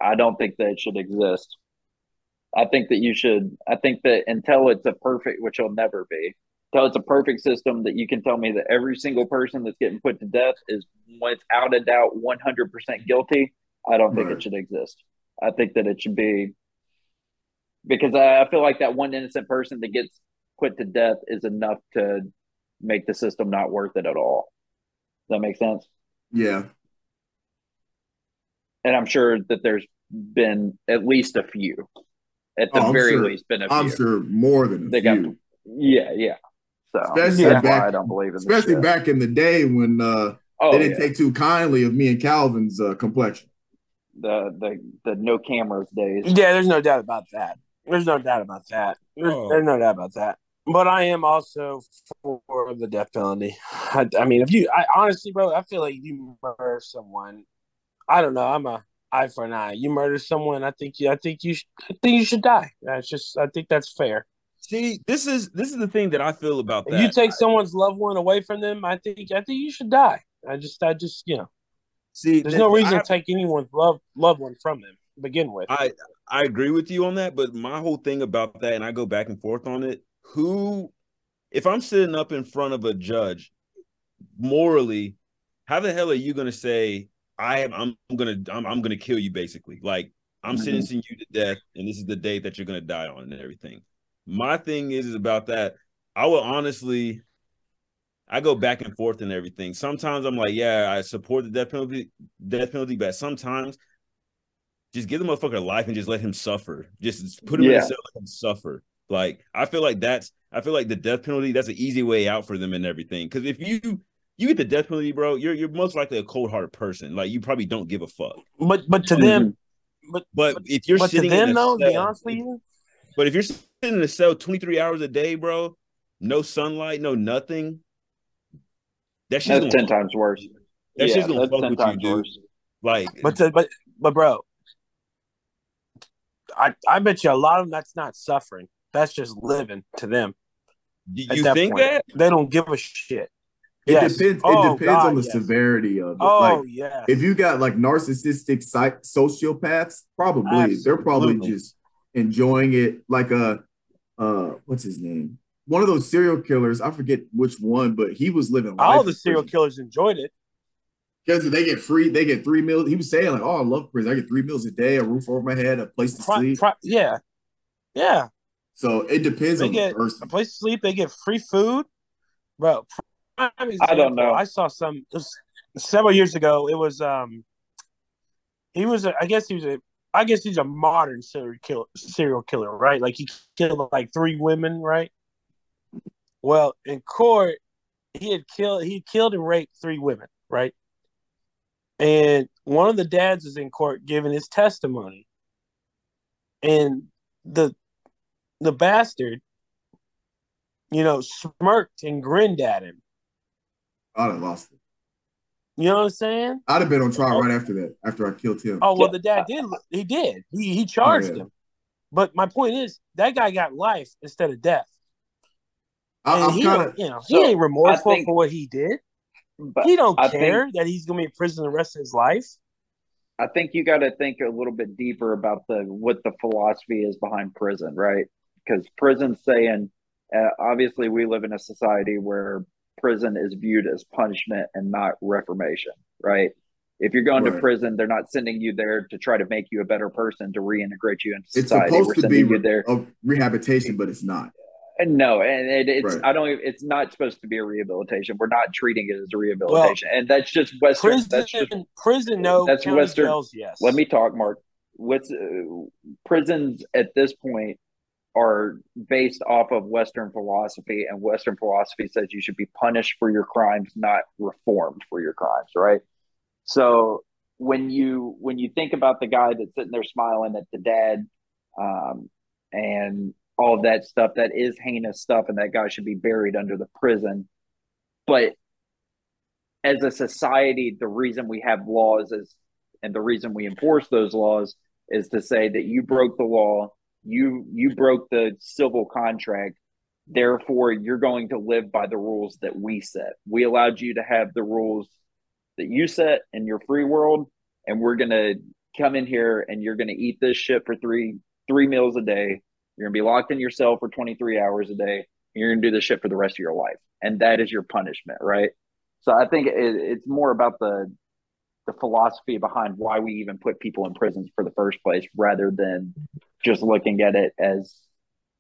I don't think that it should exist. I think that you should. I think that until it's a perfect, which will never be, until it's a perfect system that you can tell me that every single person that's getting put to death is without a doubt 100% guilty, I don't think
Right.
it should exist. I think that it should be because I, I feel like that one innocent person that gets put to death is enough to make the system not worth it at all. Does that make sense?
Yeah,
And I'm sure that there's been at least a few, at the
Oh, I'm
very
sure.
least, been a
I'm
few.
sure more than a
They got-
few.
Yeah, yeah. So
Especially
that's
back-
why I don't believe in this
Especially
shit.
back in the day when uh,
oh,
they didn't
yeah.
take too kindly of me and Calvin's uh, complexion.
the, the the no cameras days.
Yeah, there's no doubt about that. There's no doubt about that. There's,
Oh.
there's no doubt about that. But I am also for the death penalty. I, I mean, if you, I honestly, bro, I feel like you murder someone. I don't know. I'm a eye for an eye. You murder someone. I think you. I think you. Sh- I think you should die. That's just. I think that's fair.
See, this is this is the thing that I feel about
If
that.
you take someone's loved one away from them, I think I think you should die. I just I just you know
See,
There's
that-
no reason
I-
to take anyone's love loved one from them to begin with.
I I agree with you on that, but my whole thing about that, and I go back and forth on it. Who, if I'm sitting up in front of a judge, morally, how the hell are you gonna say I am? I'm gonna I'm, I'm gonna kill you basically. Like I'm
Mhm.
sentencing you to death, and this is the date that you're gonna die on and everything. My thing is is about that. I will honestly, I go back and forth and everything. Sometimes I'm like, yeah, I support the death penalty, death penalty, but sometimes just give the motherfucker life and just let him suffer. Just put him in
Yeah.
a cell and let him suffer. Like I feel like that's I feel like the death penalty that's an easy way out for them and everything. Because if you you get the death penalty, bro, you're you're most likely a cold hearted person. Like you probably don't give a fuck.
but but to them,
But if you're
but to
sitting in
them
a
though, to be
cell-
honest with you,
but if you're sitting in a cell 23 hours a day, bro, no sunlight, no nothing, that shit's
That's
gonna
ten
fuck-
times worse.
That shit's gonna
that's
fuck
10
with you,
times
dude.
worse.
like
but to, but but bro, I I bet you a lot of them that's not suffering. That's just living to them.
you,
At
you
that
think
point.
that?
They don't give a shit.
It
Yes.
depends.
Oh,
it depends
God,
on the
yes.
severity of it.
Oh
like
yeah.
if you got like narcissistic psych- sociopaths, probably they're probably
Absolutely.
just enjoying it. Like a uh, what's his name? One of those serial killers. I forget which one, but he was living. Life
All
in
the serial
prison.
killers enjoyed it.
Because they get free, they get three meals. He was saying like, "Oh, I love prison. I get three meals a day, a roof over my head, a place to
Pro,
sleep."
pro, yeah. Yeah.
So it depends
They
on
get-
the person.
a place to sleep. They get free food, bro. Prime example,
don't know.
I saw some it was several years ago. It was um, he was a, I guess he was a I guess he's a modern serial killer, serial killer, right? Like he killed like three women, right? Well, in court, he had killed he killed and raped three women, right? And one of the dads is in court giving his testimony, and the the bastard, you know, smirked and grinned at him.
I'd have lost it.
You know what I'm saying?
I'd have been on trial
Oh.
right after that. After I killed him.
Oh well,
Yeah.
the dad did. He did. He he charged
Oh, yeah.
him. But my point is, that guy got life instead of death.
I,
And
I'm
he
kind
don't,
of.
you know,
So,
he ain't remorseful
I think-
for what he did.
But
He don't
I
care that he's gonna be in prison the rest of his life.
I think you got to think a little bit deeper about the what the philosophy is behind prison, right? Because prison's saying, uh, obviously, we live in a society where prison is viewed as punishment and not reformation, right? If you're going to
Right.
prison, they're not sending you there to try to make you a better person to reintegrate you into
It's
society. We're
supposed to be
sending you
re-
there.
a rehabilitation, but it's not.
And no, and it, it's
Right.
I don't. even- It's not supposed to be a rehabilitation. We're not treating it as a rehabilitation, and that's just Western.
Prison,
that's just
prison, no.
that's
county
Western-
jails, yes.
let me talk, Mark. What's uh, prisons at this point are based off of Western philosophy, and Western philosophy says you should be punished for your crimes, not reformed for your crimes, right? So when you when you think about the guy that's sitting there smiling at the dad, um, and all of that stuff, that is heinous stuff, and that guy should be buried under the prison. But as a society, the reason we have laws is and the reason we enforce those laws is to say that you broke the law you you broke the civil contract therefore you're going to live by the rules that we set we allowed you to have the rules that you set in your free world and we're going to come in here and you're going to eat this shit for three three meals a day you're going to be locked in your cell for 23 hours a day and you're going to do this shit for the rest of your life and that is your punishment right so i think it, it's more about the the philosophy behind why we even put people in prisons for the first place rather than just looking at it as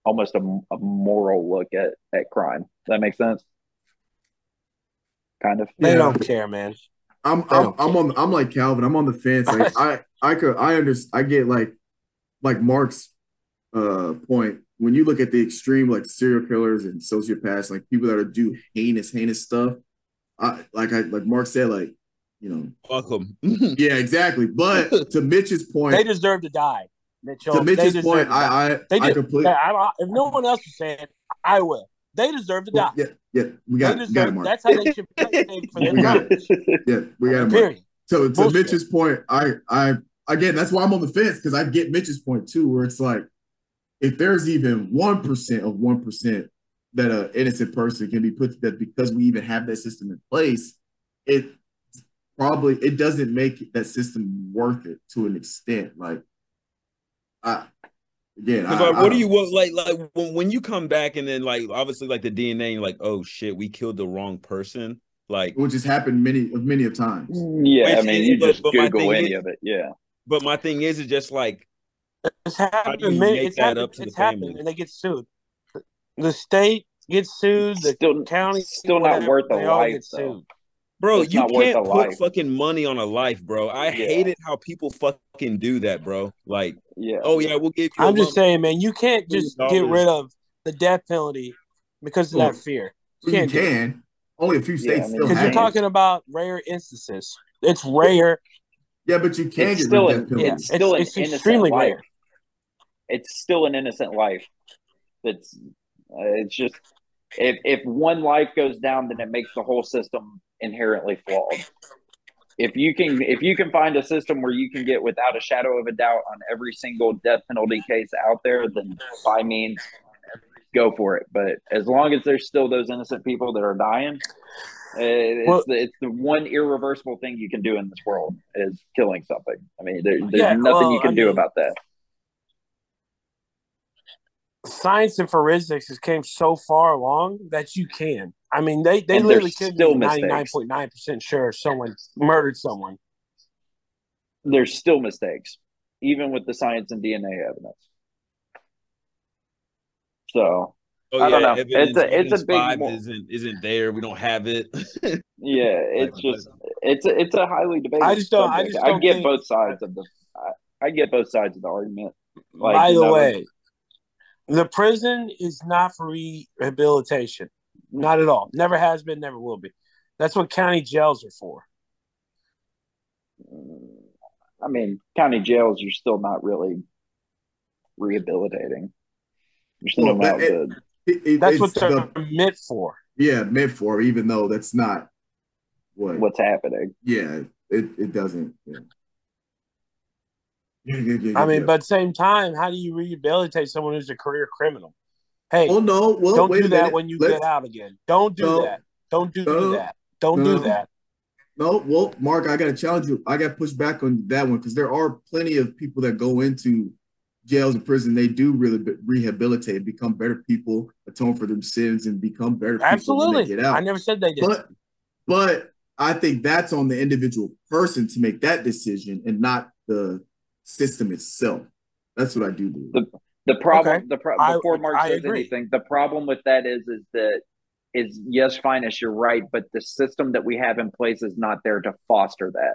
almost a, a moral look at, at crime. Does that make sense? Kind of.
they
Yeah.
don't care, man.
I'm
I
I'm,
don't
I'm on I'm like Calvin. I'm on the fence. Like I I could I understand. I get like like Mark's uh point when you look at the extreme like serial killers and sociopaths, like people that are do heinous heinous stuff. I like I like Mark said like you know
Fuck 'em.
yeah exactly. But to Mitch's point,
They deserve to die, Mitchell.
to
they
Mitch's
deserve
point,
to die.
I I
They
I
do.
completely
Yeah, I, I, if no one else is saying, I will. They deserve to die.
yeah yeah we got
they
it, we got it
deserve.
Mark
that's how they should be paid for their
We got
crime.
it. yeah we got it Mark.
Period.
So to
Bullshit.
Mitch's point, I I again that's why I'm on the fence because I get Mitch's point too, where it's like if there's even one percent of one percent that an innocent person can be put to death because we even have that system in place, it probably it doesn't make that system worth it to an extent. Like, I again, I,
Because like,
I-
what do you want? Like, like when, when you come back and then like obviously like the DNA, you're like, oh shit, we killed the wrong person. Like,
Which has happened many of many of times.
Yeah, I
Which
mean,
is-
you
but-
just
but my
Google
thing
any
is-
of it. Yeah,
but my thing is, is just like
It's
do you
happened. man,
make
It's
that
happened.
up to the
It's happened,
family?
and they get sued. The state gets sued. The
still,
county
still not
whatever,
worth a
they all
life,
get
though.
sued.
Bro,
It's
you
not worth
can't
the
put
life.
fucking money on a life, bro. I
Yeah.
hate it how people fucking do that, bro. Like,
yeah.
oh yeah, we'll give you.
I'm just
saying,
saying, man, you can't just get
$1,000.
rid of the death penalty because of that fear. You
You
can't do it.
can only a few
Yeah,
states
I mean,
still
Because
have
you're
it.
talking about rare instances. It's rare.
Yeah, but you can
It's
get
still
rid
an-
of that penalty.
Yeah,
It's still an
it's, it's
innocent
extremely
life.
rare.
it's still an innocent life. That's uh, it's just if if one life goes down, then it makes the whole system inherently flawed. If you can if you can find a system where you can get without a shadow of a doubt on every single death penalty case out there, then by means go for it. But as long as there's still those innocent people that are dying, uh, it's,
Well-
the, it's the one irreversible thing you can do in this world is killing something. I mean, there, there's
Yeah,
nothing
well,
you can
I
do
mean-
about that.
Science and forensics has came so far along that you can. I mean, they, they
And there's
literally could
still
be
mistakes.
99.9% sure someone murdered someone.
there's still mistakes, even with the science and DNA evidence. So
oh
I don't know.
evidence-
It's a- it's a
evidence
big
five
mo-
isn't isn't there. We don't have it.
yeah, it's
Like,
just it's a, it's a highly debated.
I just don't- I
subject.
just
I
don't
get
think-
both sides of the. I, I get both sides of the argument. Like,
By
you
the
know,
way, the prison is not for rehabilitation. Not at all. Never has been, never will be. That's what county jails are for.
I mean, county jails you're still not really rehabilitating. You're still
Well,
not
it-
good.
It- it-
That's
it's
what they're
the-
meant for.
yeah meant for, even though that's not what.
What's happening?
Yeah, it, it doesn't. Yeah. Yeah, yeah, yeah,
I mean,
yeah.
but at the same time, how do you rehabilitate someone who's a career criminal? Hey,
oh no, well
don't
wait
do
a
that
minute.
when you
Let's-
get out again. Don't do
No.
that. Don't do
No.
that. Don't do
No.
that.
No, well, Mark, I gotta challenge you. I got pushed back on that one because there are plenty of people that go into jails and prison. They do really be- rehabilitate, become better people, atone for their sins, and become better people when they
Absolutely.
get out.
I never said they did.
But but I think that's on the individual person to make that decision and not the system itself. That's what I do believe.
The- The problem,
Okay.
the pro-
I-
before Mark
I
says
agree.
anything, the problem with that is, is that is yes, finest, you're right, but the system that we have in place is not there to foster that.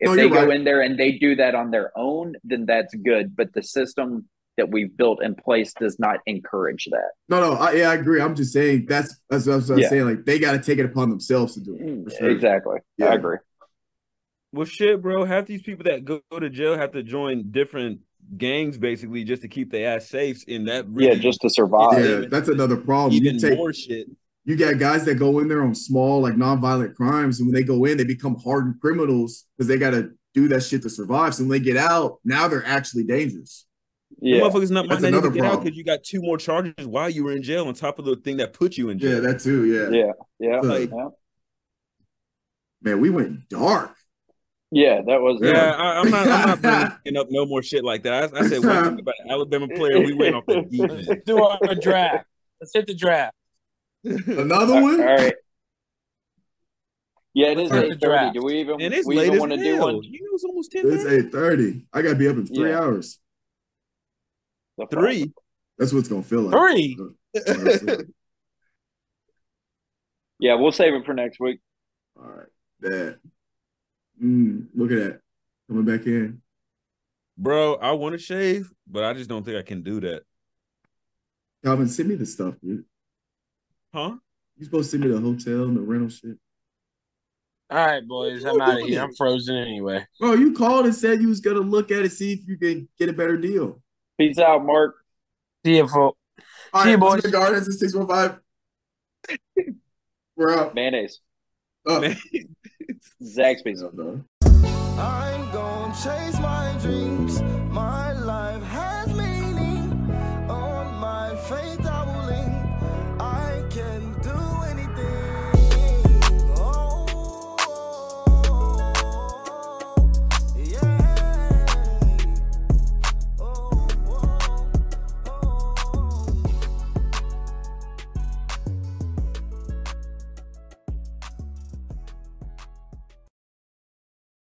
If
No,
they
you're
go
right.
in there and they do that on their own, then that's good. But the system that we've built in place does not encourage that.
No, no, I, yeah, I agree. I'm just saying that's that's, that's what I'm
Yeah.
saying. Like they gotta take it upon themselves to do it. for sure.
Exactly,
Yeah.
I agree.
well, shit, bro. Half these people that go go to jail have to join different gangs basically just to keep their ass safe. And that
Yeah,
really
just to survive.
Yeah, that's another problem.
even
you take
more shit.
you got guys that go in there on small, like nonviolent crimes, and when they go in, they become hardened criminals because they got to do that shit to survive. So when they get out, now they're actually dangerous.
The
Yeah,
motherfuckers not, might
That's
not
another
even get out
problem.
because you got two more charges while you were in jail on top of the thing that put you in
Yeah,
jail.
that too. Yeah,
yeah, yeah,
Like-
yeah.
man, we went dark.
Yeah, that was
Yeah,
Yeah.
I, I'm not. I'm not bringing up no more shit like that. I, I said one thing about an Alabama player. We went off the deep end.
Let's do our draft. Let's hit the draft.
Another
All-
one.
all right. Yeah, it is
Start the
eight thirty.
draft.
Do we even?
And it's
we
late
even
as
want
hell.
to do one?
You know, it's almost ten.
It's eight thirty. I gotta be up in three
Yeah.
hours.
The fuck?
Three.
That's what it's gonna feel like.
Three.
Honestly.
Yeah, we'll save it for next week.
All right, that. Mm, look at that coming back in.
Bro, I want to shave, but I just don't think I can do that.
Calvin, send me the stuff, dude.
Huh?
You supposed to send me the hotel and the rental shit.
All right, boys. I'm out of here. I'm frozen anyway.
Bro, you called and said you was gonna look at it, see if you can get a better deal.
Peace out, Mark.
See you, folks.
All
See
right,
you, boys.
Mr. Gardens at 615. We're out.
Mayonnaise.
Up.
Man.
Zaxby's.
No, no.
I'm gonna chase my dreams. Oh.